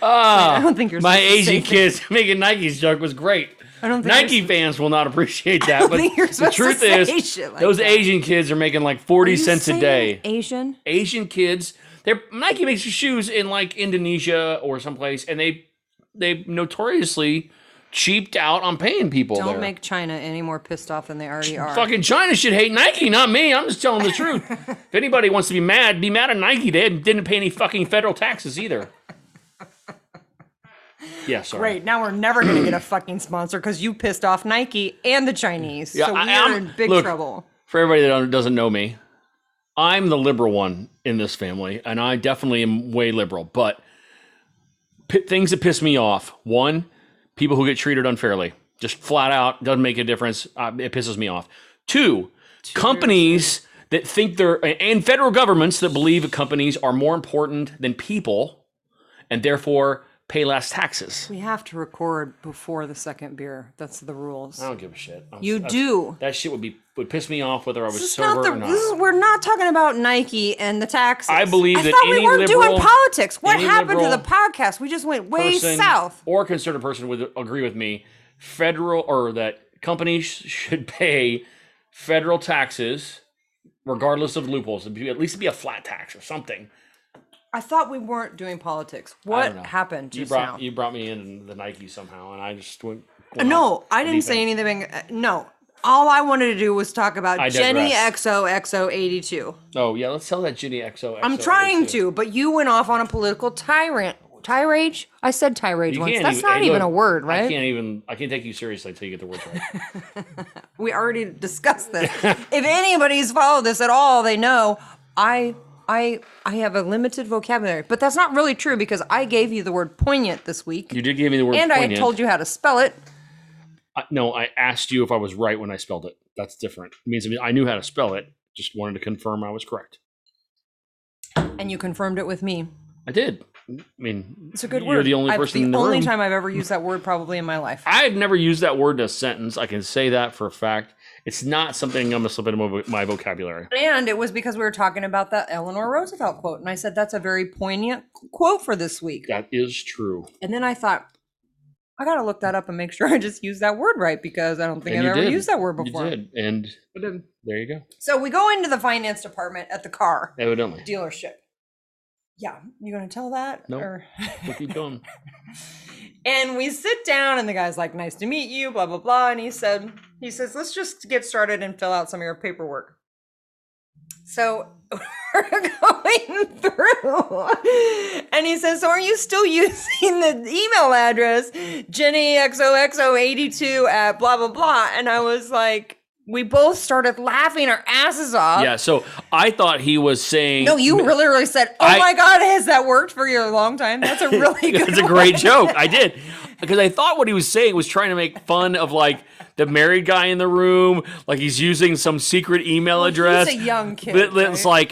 [SPEAKER 1] Ah,
[SPEAKER 2] don't think you're
[SPEAKER 1] my
[SPEAKER 2] supposed to say
[SPEAKER 1] Asian kids (laughs) making Nikes joke was great.
[SPEAKER 2] I don't think
[SPEAKER 1] Nike fans will not appreciate
[SPEAKER 2] (laughs)
[SPEAKER 1] that. But
[SPEAKER 2] think you're
[SPEAKER 1] the
[SPEAKER 2] supposed to
[SPEAKER 1] truth
[SPEAKER 2] say
[SPEAKER 1] is,
[SPEAKER 2] shit like
[SPEAKER 1] those
[SPEAKER 2] that.
[SPEAKER 1] Asian kids are making like forty cents a day.
[SPEAKER 2] Asian?
[SPEAKER 1] Asian kids, they're Nike makes their shoes in like Indonesia or someplace, and they they notoriously cheaped out on paying people.
[SPEAKER 2] Don't
[SPEAKER 1] there.
[SPEAKER 2] make China any more pissed off than they already are.
[SPEAKER 1] fucking China should hate Nike, not me. I'm just
[SPEAKER 2] (laughs)
[SPEAKER 1] telling the truth. if anybody wants to be mad, be mad at Nike. They didn't pay any fucking federal taxes either. Yeah, sorry.
[SPEAKER 2] Great. Now we're never going to get a fucking sponsor because you pissed off Nike and the Chinese.
[SPEAKER 1] Yeah,
[SPEAKER 2] so we
[SPEAKER 1] I-
[SPEAKER 2] are
[SPEAKER 1] I'm-
[SPEAKER 2] in big
[SPEAKER 1] look,
[SPEAKER 2] trouble.
[SPEAKER 1] for everybody that don't- doesn't know me, I'm the liberal one in this family, and I definitely am way liberal. But p- things that piss me off: one, people who get treated unfairly, just flat out doesn't make a difference. Uh, it pisses me off. Two, companies that think they're a- and federal governments that believe that companies are more important than people, and therefore pay less taxes.
[SPEAKER 2] We have to record before the second beer. That's the rules.
[SPEAKER 1] I don't give a shit. I'm-
[SPEAKER 2] you
[SPEAKER 1] Oh, that's-
[SPEAKER 2] do.
[SPEAKER 1] That shit would be would piss me off whether I was
[SPEAKER 2] This is
[SPEAKER 1] sober
[SPEAKER 2] not the.
[SPEAKER 1] or not.
[SPEAKER 2] This is, we're not talking about Nike and the taxes.
[SPEAKER 1] I believe that
[SPEAKER 2] thought we
[SPEAKER 1] any
[SPEAKER 2] weren't doing
[SPEAKER 1] liberal-
[SPEAKER 2] politics. What
[SPEAKER 1] any
[SPEAKER 2] happened to the
[SPEAKER 1] liberal
[SPEAKER 2] podcast? We just went way
[SPEAKER 1] person
[SPEAKER 2] south.
[SPEAKER 1] or considered person would agree with me federal or that companies (laughs) should pay federal taxes regardless of loopholes It'd be- at least be a flat tax or something
[SPEAKER 2] I thought we weren't doing politics.
[SPEAKER 1] don't
[SPEAKER 2] What
[SPEAKER 1] know.
[SPEAKER 2] happened
[SPEAKER 1] you
[SPEAKER 2] just now?
[SPEAKER 1] brought you brought me in the nike somehow and i just went went
[SPEAKER 2] No,
[SPEAKER 1] off
[SPEAKER 2] I didn't
[SPEAKER 1] deep
[SPEAKER 2] say
[SPEAKER 1] end.
[SPEAKER 2] anything. uh, No, all I wanted to do was talk about
[SPEAKER 1] I
[SPEAKER 2] Jenny
[SPEAKER 1] digress.
[SPEAKER 2] XOXO82.
[SPEAKER 1] oh yeah let's tell that ginny xo
[SPEAKER 2] I'm trying to, but you went off on a political tyrant
[SPEAKER 3] Tie rage? I said tie rage
[SPEAKER 1] You
[SPEAKER 3] once.
[SPEAKER 1] can't
[SPEAKER 3] That's
[SPEAKER 1] even-
[SPEAKER 3] not
[SPEAKER 1] hey,
[SPEAKER 3] even
[SPEAKER 1] look,
[SPEAKER 3] a word,
[SPEAKER 1] I
[SPEAKER 3] right?
[SPEAKER 1] can't even. I can't take you seriously until you get the words right.
[SPEAKER 2] we already discussed this. if anybody's followed this at all, they know I I I have a limited vocabulary. But that's not really true because I gave you the word poignant this week.
[SPEAKER 1] You did give me the word.
[SPEAKER 2] and I
[SPEAKER 1] poignant.
[SPEAKER 2] had told you how to spell it.
[SPEAKER 1] I- no, I asked you if I was right when I spelled it. That's different. It means I, mean, I knew how to spell it. Just wanted to confirm I was correct.
[SPEAKER 2] And you confirmed it with me.
[SPEAKER 1] I did. I mean,
[SPEAKER 2] It's a good
[SPEAKER 1] you're
[SPEAKER 2] word.
[SPEAKER 1] the only
[SPEAKER 2] I've-
[SPEAKER 1] person
[SPEAKER 2] the
[SPEAKER 1] in the
[SPEAKER 2] only
[SPEAKER 1] room.
[SPEAKER 2] time I've ever used that word probably in my life.
[SPEAKER 1] I've never used that word in a sentence. I can say that for a fact. It's not something I'm gonna slip into my, vo- my vocabulary.
[SPEAKER 2] and it was because we were talking about that Eleanor Roosevelt quote. And I said, that's a very poignant quote for this week.
[SPEAKER 1] That is true.
[SPEAKER 2] And then I thought, I got to look that up and make sure (laughs) I just use that word right because I don't think
[SPEAKER 1] And
[SPEAKER 2] I've
[SPEAKER 1] you
[SPEAKER 2] ever
[SPEAKER 1] did.
[SPEAKER 2] used that word
[SPEAKER 1] You
[SPEAKER 2] before.
[SPEAKER 1] did, and there you go.
[SPEAKER 2] So we go into the finance department at the car
[SPEAKER 1] Evidently,
[SPEAKER 2] dealership. Yeah, you gonna tell that?
[SPEAKER 1] Nope.
[SPEAKER 2] Or- (laughs)
[SPEAKER 1] we'll keep going.
[SPEAKER 2] and we sit down, and the guy's like, "Nice to meet you," blah blah blah. And he said, "He says, let's just get started and fill out some of your paperwork." So (laughs) we're going through, and he says, "So are you still (laughs) using the email address Jenny XOXO82 at blah blah blah?" And I was like. We both started laughing our asses off.
[SPEAKER 1] Yeah. So I thought he was saying.
[SPEAKER 2] No, you really, really said, "Oh
[SPEAKER 1] I-
[SPEAKER 2] my God, has that worked for you a long time?"
[SPEAKER 1] (laughs)
[SPEAKER 2] That's a really good.
[SPEAKER 1] (laughs) That's a great
[SPEAKER 2] one.
[SPEAKER 1] joke. I did because I thought what he was saying was trying to make fun of like the married guy in the room, like he's using some secret email address.
[SPEAKER 2] He's a young kid.
[SPEAKER 1] that, that's
[SPEAKER 2] right?
[SPEAKER 1] like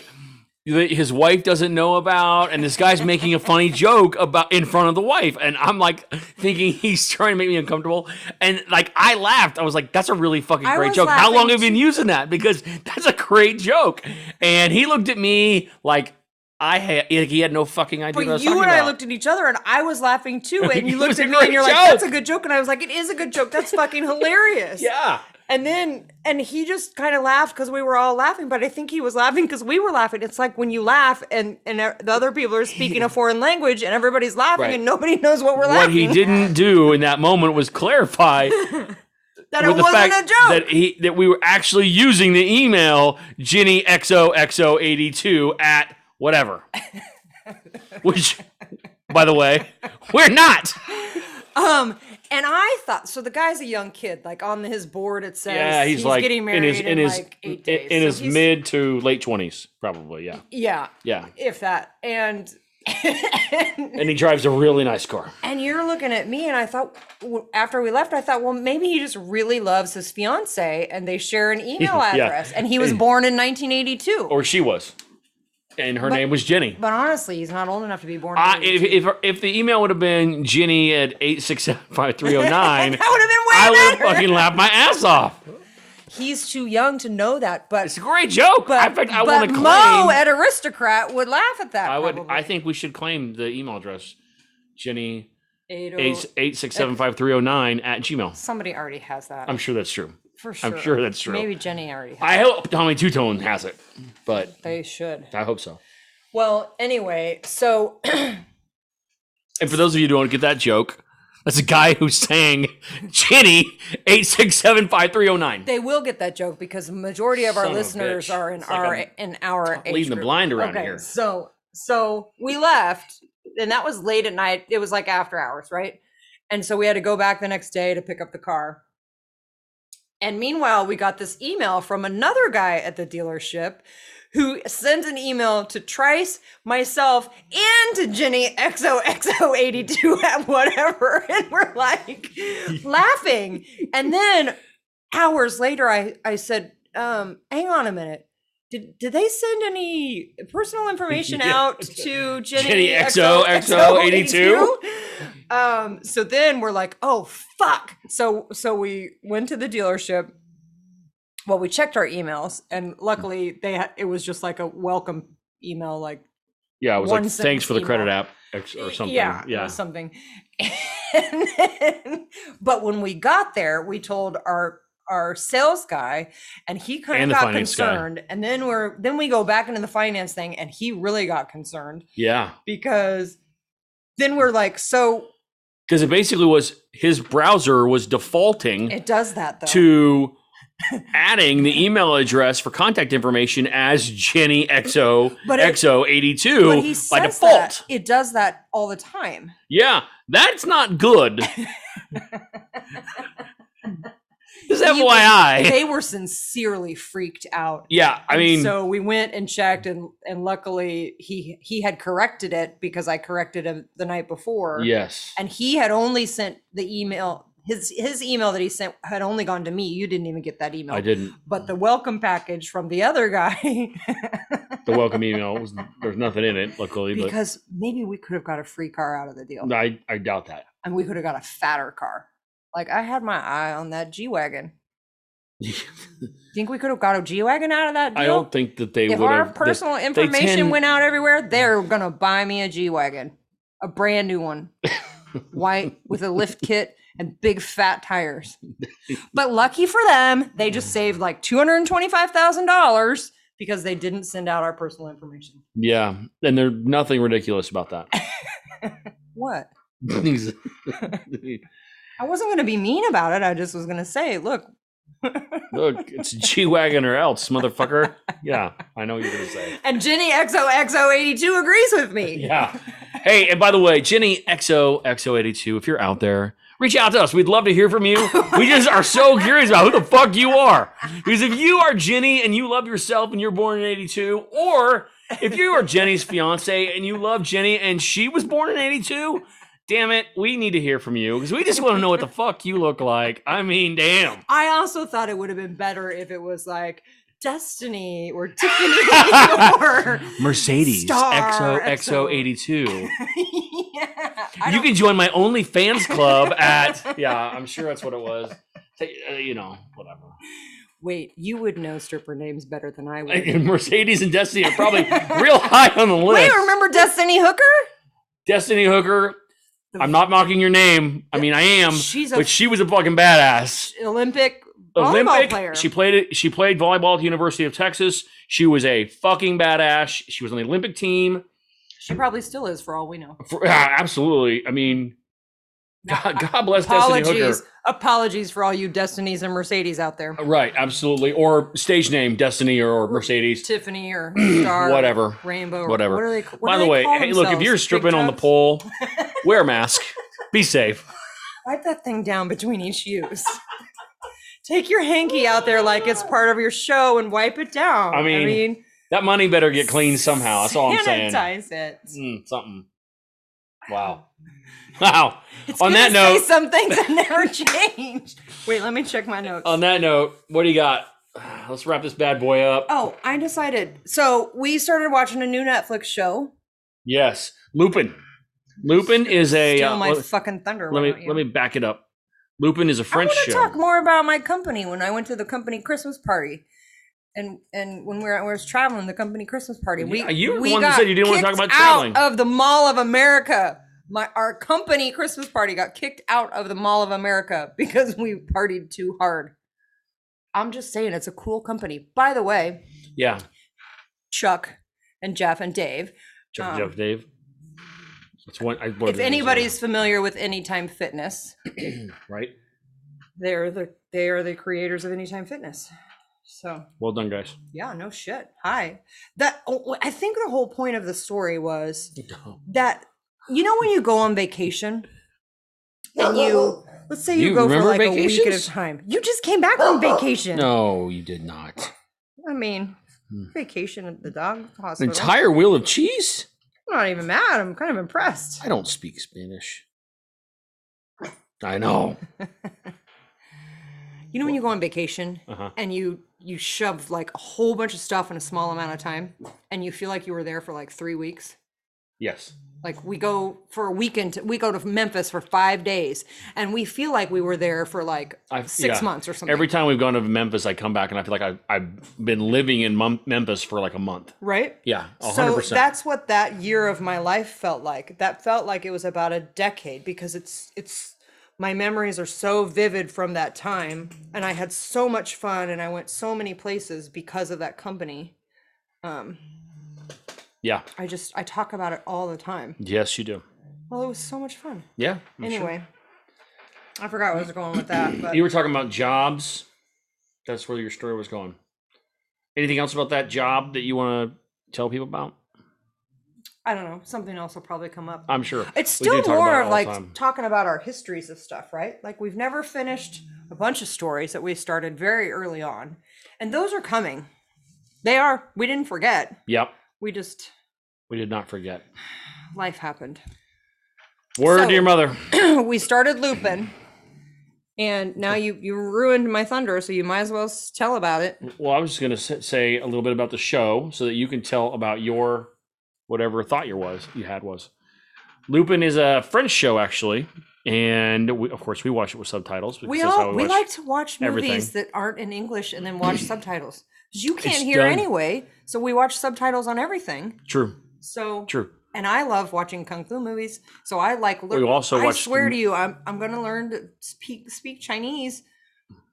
[SPEAKER 1] that his wife doesn't know about, and this guy's making a funny joke about in front of the wife, and I'm like thinking he's trying to make me uncomfortable, and like I laughed. I was like, "That's a really fucking
[SPEAKER 2] I
[SPEAKER 1] great
[SPEAKER 2] was
[SPEAKER 1] joke." How long
[SPEAKER 2] laughing
[SPEAKER 1] have you been using that? Because that's a great joke. And he looked at me like I had like he had no fucking idea. what I
[SPEAKER 2] but
[SPEAKER 1] was
[SPEAKER 2] you
[SPEAKER 1] talking
[SPEAKER 2] and I
[SPEAKER 1] about.
[SPEAKER 2] looked at each other, and I was
[SPEAKER 1] (laughs)
[SPEAKER 2] laughing too. And
[SPEAKER 1] It
[SPEAKER 2] you looked
[SPEAKER 1] was a
[SPEAKER 2] at me, and
[SPEAKER 1] great
[SPEAKER 2] you're like,
[SPEAKER 1] joke.
[SPEAKER 2] "That's a good joke," and I was like, "It is a good joke. That's fucking
[SPEAKER 1] (laughs)
[SPEAKER 2] hilarious."
[SPEAKER 1] Yeah.
[SPEAKER 2] And then, and he just kind of laughed because we were all laughing. But I think he was laughing because we were laughing. It's like when you laugh, and and uh, the other people are
[SPEAKER 1] (laughs)
[SPEAKER 2] speaking a foreign language, and everybody's laughing,
[SPEAKER 1] Right.
[SPEAKER 2] and nobody knows what we're
[SPEAKER 1] What
[SPEAKER 2] laughing.
[SPEAKER 1] he didn't do in that moment was clarify
[SPEAKER 2] that it
[SPEAKER 1] with the
[SPEAKER 2] wasn't
[SPEAKER 1] fact
[SPEAKER 2] a joke.
[SPEAKER 1] that he that we were actually using the email Ginny XOXO82 at
[SPEAKER 2] (laughs)
[SPEAKER 1] whatever. Which by the way, we're not.
[SPEAKER 2] Um, and I thought so. The guy's a young kid, like on his board. It says,
[SPEAKER 1] Yeah, he's, like
[SPEAKER 2] getting married
[SPEAKER 1] in his in his
[SPEAKER 2] like eight
[SPEAKER 1] in,
[SPEAKER 2] days.
[SPEAKER 1] in
[SPEAKER 2] So
[SPEAKER 1] his
[SPEAKER 2] he's-
[SPEAKER 1] mid to late 20s probably,
[SPEAKER 2] (laughs)
[SPEAKER 1] yeah.
[SPEAKER 2] yeah,
[SPEAKER 1] Yeah.
[SPEAKER 2] if that. And
[SPEAKER 1] And he drives a really nice car.
[SPEAKER 2] and you're looking at me, and I thought w- after we left, I thought, well, maybe he just really loves his fiance, and they share
[SPEAKER 1] (laughs)
[SPEAKER 2] an email
[SPEAKER 1] Yeah.
[SPEAKER 2] address.
[SPEAKER 1] (laughs)
[SPEAKER 2] And he was born in 1982.
[SPEAKER 1] Or she was. And her name was Jenny.
[SPEAKER 2] but honestly, he's not old enough to be born. in
[SPEAKER 1] I,
[SPEAKER 2] 82.
[SPEAKER 1] if, if if the email would have been Ginny at eight six seven five three zero
[SPEAKER 2] (laughs)
[SPEAKER 1] nine,
[SPEAKER 2] that would have been way
[SPEAKER 1] I would have
[SPEAKER 2] better.
[SPEAKER 1] fucking laughed my ass off.
[SPEAKER 2] he's too young to know that. But
[SPEAKER 1] It's a great joke.
[SPEAKER 2] but,
[SPEAKER 1] in fact, I
[SPEAKER 2] but
[SPEAKER 1] want to claim.
[SPEAKER 2] Mo at Aristocrat would laugh at that.
[SPEAKER 1] I would.
[SPEAKER 2] Probably.
[SPEAKER 1] I think we should claim the email address, Jenny
[SPEAKER 2] Eight oh-
[SPEAKER 1] eight eight six seven five three zero nine at Gmail.
[SPEAKER 2] Somebody already has that.
[SPEAKER 1] I'm sure that's true.
[SPEAKER 2] For sure.
[SPEAKER 1] I'm sure that's true.
[SPEAKER 2] Maybe Jenny already has.
[SPEAKER 1] I hope Tommy Two Tone has it, but
[SPEAKER 2] They should.
[SPEAKER 1] I hope so.
[SPEAKER 2] Well, anyway, so (clears throat)
[SPEAKER 1] And for those of you who don't get that joke, that's a guy who sang Jenny eight six seven five three zero nine.
[SPEAKER 2] they will get that joke because the majority of our
[SPEAKER 1] Son of a
[SPEAKER 2] listeners
[SPEAKER 1] bitch.
[SPEAKER 2] are in
[SPEAKER 1] It's like
[SPEAKER 2] our
[SPEAKER 1] I'm
[SPEAKER 2] in our age
[SPEAKER 1] leading the
[SPEAKER 2] group.
[SPEAKER 1] blind around
[SPEAKER 2] okay,
[SPEAKER 1] here.
[SPEAKER 2] So so we left, and that was late at night. It was like after hours, right? And so we had to go back the next day to pick up the car. And meanwhile, we got this email from another guy at the dealership who sent an email to Trice, myself, and to Jenny XOXO82 (laughs) at whatever. (laughs) And we're like laughing. And then hours later, I, I said, um, hang on a minute. Did, did they send any personal information
[SPEAKER 1] Yeah.
[SPEAKER 2] out to Jenny, E
[SPEAKER 1] Jenny
[SPEAKER 2] XOXO82? Um, so then we're like, oh fuck. So so we went to the dealership well, we checked our emails, and luckily they ha- it was just like a welcome email, like
[SPEAKER 1] Yeah, I was
[SPEAKER 2] One
[SPEAKER 1] like, thanks for the
[SPEAKER 2] sentence
[SPEAKER 1] credit
[SPEAKER 2] email.
[SPEAKER 1] app ex- or something.
[SPEAKER 2] yeah, it was something. (laughs) And then- but when we got there, we told our our sales guy, and he kind
[SPEAKER 1] And
[SPEAKER 2] of
[SPEAKER 1] the
[SPEAKER 2] got
[SPEAKER 1] finance guy.
[SPEAKER 2] concerned. And then we're then we go back into the finance thing, and he really got concerned
[SPEAKER 1] yeah.
[SPEAKER 2] because then we're like, so
[SPEAKER 1] because it basically was his browser was defaulting
[SPEAKER 2] it does that though.
[SPEAKER 1] to adding the email address for contact information as Jenny XO
[SPEAKER 2] But it- But he
[SPEAKER 1] XO82 by
[SPEAKER 2] says
[SPEAKER 1] default.
[SPEAKER 2] that it does that all the time.
[SPEAKER 1] Yeah, that's not
[SPEAKER 2] (laughs)
[SPEAKER 1] good. Just
[SPEAKER 2] You-
[SPEAKER 1] FYI.
[SPEAKER 2] They were sincerely freaked out.
[SPEAKER 1] yeah, I
[SPEAKER 2] And
[SPEAKER 1] mean,
[SPEAKER 2] so we went and checked, and and luckily he he had corrected it because I corrected him the night before.
[SPEAKER 1] yes.
[SPEAKER 2] and he had only sent the email. His his email that he sent had only gone to me. You didn't even get that email.
[SPEAKER 1] I didn't.
[SPEAKER 2] But the welcome package from the other guy, (laughs)
[SPEAKER 1] The welcome email was there's nothing in it, luckily, but
[SPEAKER 2] because maybe we could have got a free car out of the deal,
[SPEAKER 1] I, I doubt that.
[SPEAKER 2] and we could have got a fatter car. Like I had my eye on that
[SPEAKER 1] (laughs)
[SPEAKER 2] G wagon. Think we could have got a G wagon out of that deal?
[SPEAKER 1] I don't think that they
[SPEAKER 2] if
[SPEAKER 1] would
[SPEAKER 2] our
[SPEAKER 1] have. that-
[SPEAKER 2] personal information
[SPEAKER 1] tend-
[SPEAKER 2] went
[SPEAKER 1] (laughs)
[SPEAKER 2] out everywhere, they're gonna buy me a G wagon, a brand new one, white with
[SPEAKER 1] (laughs)
[SPEAKER 2] a lift kit and big fat tires. But lucky for them, they
[SPEAKER 1] (laughs)
[SPEAKER 2] just saved like two hundred and twenty-five thousand dollars because they didn't send out our personal information.
[SPEAKER 1] yeah, and there's nothing ridiculous about that.
[SPEAKER 2] What?
[SPEAKER 1] He's-
[SPEAKER 2] (laughs)
[SPEAKER 1] (laughs)
[SPEAKER 2] I wasn't gonna be mean about it. I just was gonna say, look,
[SPEAKER 1] Look, it's G Wagon or else, motherfucker. Yeah, I know what you're going to say.
[SPEAKER 2] and Jenny XOXO82 agrees with me.
[SPEAKER 1] Yeah. Hey, and by the way, Jenny XOXO82, if you're out there, reach out to us. We'd love to hear from you. We just are so curious about who the fuck you are. Because if you are Jenny and you love yourself and you're born in 82, or if you are Jenny's fiance and you love Jenny and she was born in 82, damn it, we need to hear from you because we just want to know what the fuck you look like. I mean, damn.
[SPEAKER 2] I also thought it would have been better if it was like Destiny
[SPEAKER 1] (laughs)
[SPEAKER 2] or Tiffany or (laughs)
[SPEAKER 1] Mercedes
[SPEAKER 2] Star
[SPEAKER 1] XOXO82.
[SPEAKER 2] yeah. I
[SPEAKER 1] you
[SPEAKER 2] don't-
[SPEAKER 1] can join my OnlyFans
[SPEAKER 2] (laughs)
[SPEAKER 1] club at. Yeah, I'm sure that's what it was. Ta- uh, you know, whatever.
[SPEAKER 2] wait, you would know stripper names better
[SPEAKER 1] (laughs)
[SPEAKER 2] than I would.
[SPEAKER 1] And Mercedes and Destiny are
[SPEAKER 2] (laughs)
[SPEAKER 1] probably real high on the
[SPEAKER 2] wait,
[SPEAKER 1] list. (laughs)
[SPEAKER 2] remember Destiny Hooker?
[SPEAKER 1] Destiny Hooker.
[SPEAKER 2] The-
[SPEAKER 1] I'm not mocking your name. I mean, I am,
[SPEAKER 2] She's a
[SPEAKER 1] but she was a fucking badass.
[SPEAKER 2] Olympic volleyball
[SPEAKER 1] Olympic.
[SPEAKER 2] player.
[SPEAKER 1] She played it. She played volleyball at the University of Texas. She was a fucking badass. She was on the Olympic team.
[SPEAKER 2] she probably still is, for all we know.
[SPEAKER 1] For, ah, absolutely. I mean, God, God bless (laughs) Destiny Hooker.
[SPEAKER 2] Apologies, apologies for all you Destinies and Mercedes out there.
[SPEAKER 1] Right, absolutely. Or stage name Destiny or Mercedes. (clears throat)
[SPEAKER 2] Tiffany or Star,
[SPEAKER 1] Whatever.
[SPEAKER 2] Rainbow, or
[SPEAKER 1] Whatever.
[SPEAKER 2] What are they, what
[SPEAKER 1] By
[SPEAKER 2] do
[SPEAKER 1] the
[SPEAKER 2] they
[SPEAKER 1] way,
[SPEAKER 2] call
[SPEAKER 1] hey, look, if
[SPEAKER 2] themselves?
[SPEAKER 1] you're
[SPEAKER 2] Big
[SPEAKER 1] stripping on the
[SPEAKER 2] tubs? (laughs)
[SPEAKER 1] pole, wear a mask. Be safe.
[SPEAKER 2] Wipe that thing down between each use. Take your hanky out there like it's part of your show and wipe it down.
[SPEAKER 1] I mean, That money better get cleaned somehow. That's all I'm saying.
[SPEAKER 2] Sanitize it.
[SPEAKER 1] Mm, something. Wow.
[SPEAKER 2] (laughs)
[SPEAKER 1] Wow.
[SPEAKER 2] It's
[SPEAKER 1] On that
[SPEAKER 2] gonna say
[SPEAKER 1] note-
[SPEAKER 2] some things that never (laughs) change. Wait, let me check my notes.
[SPEAKER 1] On that note, what do you got? Let's wrap this bad boy up.
[SPEAKER 2] oh, I decided. So we started watching a new Netflix show.
[SPEAKER 1] Yes, Lupin. Lupin is a.
[SPEAKER 2] Steal
[SPEAKER 1] Uh,
[SPEAKER 2] my
[SPEAKER 1] let,
[SPEAKER 2] fucking thunder.
[SPEAKER 1] let
[SPEAKER 2] why
[SPEAKER 1] me
[SPEAKER 2] don't you?
[SPEAKER 1] let me back it up. Lupin is a French
[SPEAKER 2] I want
[SPEAKER 1] show.
[SPEAKER 2] to talk more about my company when I went to the company Christmas party. And and when we were, we was traveling, the company Christmas party, we
[SPEAKER 1] Yeah, you were the
[SPEAKER 2] we
[SPEAKER 1] one that
[SPEAKER 2] got
[SPEAKER 1] said you didn't wanna talk
[SPEAKER 2] kicked
[SPEAKER 1] about traveling.
[SPEAKER 2] out of the Mall of America. My our company Christmas party got kicked out of the Mall of America (laughs) because we partied too hard. I'm just saying, it's a cool company. By the way,
[SPEAKER 1] yeah,
[SPEAKER 2] Chuck and Jeff and Dave.
[SPEAKER 1] Jeff,
[SPEAKER 2] Um,
[SPEAKER 1] Jeff Dave. That's one. I,
[SPEAKER 2] If anybody's familiar with Anytime Fitness,
[SPEAKER 1] right,
[SPEAKER 2] they're the they are the creators of Anytime Fitness. So
[SPEAKER 1] well done, guys.
[SPEAKER 2] Yeah, no shit. Hi. That oh, I think the whole point of the story was that you know when you go on vacation and you let's say you,
[SPEAKER 1] You
[SPEAKER 2] go for
[SPEAKER 1] remember
[SPEAKER 2] like a week at a
[SPEAKER 1] vacations?
[SPEAKER 2] time. You just came back from vacation.
[SPEAKER 1] No, you did not.
[SPEAKER 2] I mean,
[SPEAKER 1] Hmm.
[SPEAKER 2] vacation at the dog
[SPEAKER 1] An
[SPEAKER 2] hospital.
[SPEAKER 1] entire wheel of cheese?
[SPEAKER 2] I'm not even mad. I'm kind of impressed.
[SPEAKER 1] I don't speak Spanish. I know.
[SPEAKER 2] You know when you go on vacation
[SPEAKER 1] Uh-huh.
[SPEAKER 2] and you you shove like a whole bunch of stuff in a small amount of time and you feel like you were there for like 3 weeks?
[SPEAKER 1] Yes.
[SPEAKER 2] Like we go for a weekend, to- we go to Memphis for five days, and we feel like we were there for like
[SPEAKER 1] I-
[SPEAKER 2] six
[SPEAKER 1] yeah.
[SPEAKER 2] months or something.
[SPEAKER 1] Every time we've gone to Memphis, I come back and I feel like I've, I've been living in Mem- Memphis for like a month.
[SPEAKER 2] right?
[SPEAKER 1] Yeah, a hundred
[SPEAKER 2] So
[SPEAKER 1] percent.
[SPEAKER 2] that's what that year of my life felt like. That felt like it was about a decade because it's it's my memories are so vivid from that time, and I had so much fun, and I went so many places because of that company. Um,
[SPEAKER 1] Yeah.
[SPEAKER 2] I just I talk about it all the time.
[SPEAKER 1] Yes, you do.
[SPEAKER 2] Well, it was so much fun.
[SPEAKER 1] Yeah. I'm sure.
[SPEAKER 2] Anyway, I forgot where I was going with that, but
[SPEAKER 1] you were talking about jobs. that's where your story was going. Anything else about that job that you want to tell people about?
[SPEAKER 2] I don't know. Something else will probably come up.
[SPEAKER 1] I'm sure.
[SPEAKER 2] It's
[SPEAKER 1] We do
[SPEAKER 2] still
[SPEAKER 1] talk about
[SPEAKER 2] more
[SPEAKER 1] it
[SPEAKER 2] of
[SPEAKER 1] all the
[SPEAKER 2] like
[SPEAKER 1] time.
[SPEAKER 2] talking about our histories of stuff, right? Like we've never finished a bunch of stories that we started very early on, and those are coming. They are. We didn't forget.
[SPEAKER 1] Yep.
[SPEAKER 2] We just
[SPEAKER 1] We did not forget.
[SPEAKER 2] life happened. (clears throat)
[SPEAKER 1] Word
[SPEAKER 2] So-
[SPEAKER 1] to your mother.
[SPEAKER 2] we started looping, and now you you ruined my thunder. So you might as well s- tell about it.
[SPEAKER 1] Well, I was just going to say a little bit about the show so that you can tell about your whatever thought you was you had was. Lupin is a French show actually, and we, of course we watch it with subtitles. because
[SPEAKER 2] We
[SPEAKER 1] that's how
[SPEAKER 2] all we,
[SPEAKER 1] watch-
[SPEAKER 2] like to watch
[SPEAKER 1] everything.
[SPEAKER 2] movies that aren't in English and
[SPEAKER 1] (clears throat)
[SPEAKER 2] then watch subtitles. 'Cause You can't
[SPEAKER 1] It's
[SPEAKER 2] hear
[SPEAKER 1] done.
[SPEAKER 2] anyway, so we watch subtitles on everything.
[SPEAKER 1] True,
[SPEAKER 2] So
[SPEAKER 1] true.
[SPEAKER 2] and I love watching kung fu movies. So I like. Lear-
[SPEAKER 1] We Oh, also
[SPEAKER 2] I
[SPEAKER 1] watched
[SPEAKER 2] swear
[SPEAKER 1] m-
[SPEAKER 2] to you, I'm I'm gonna learn to speak speak Chinese.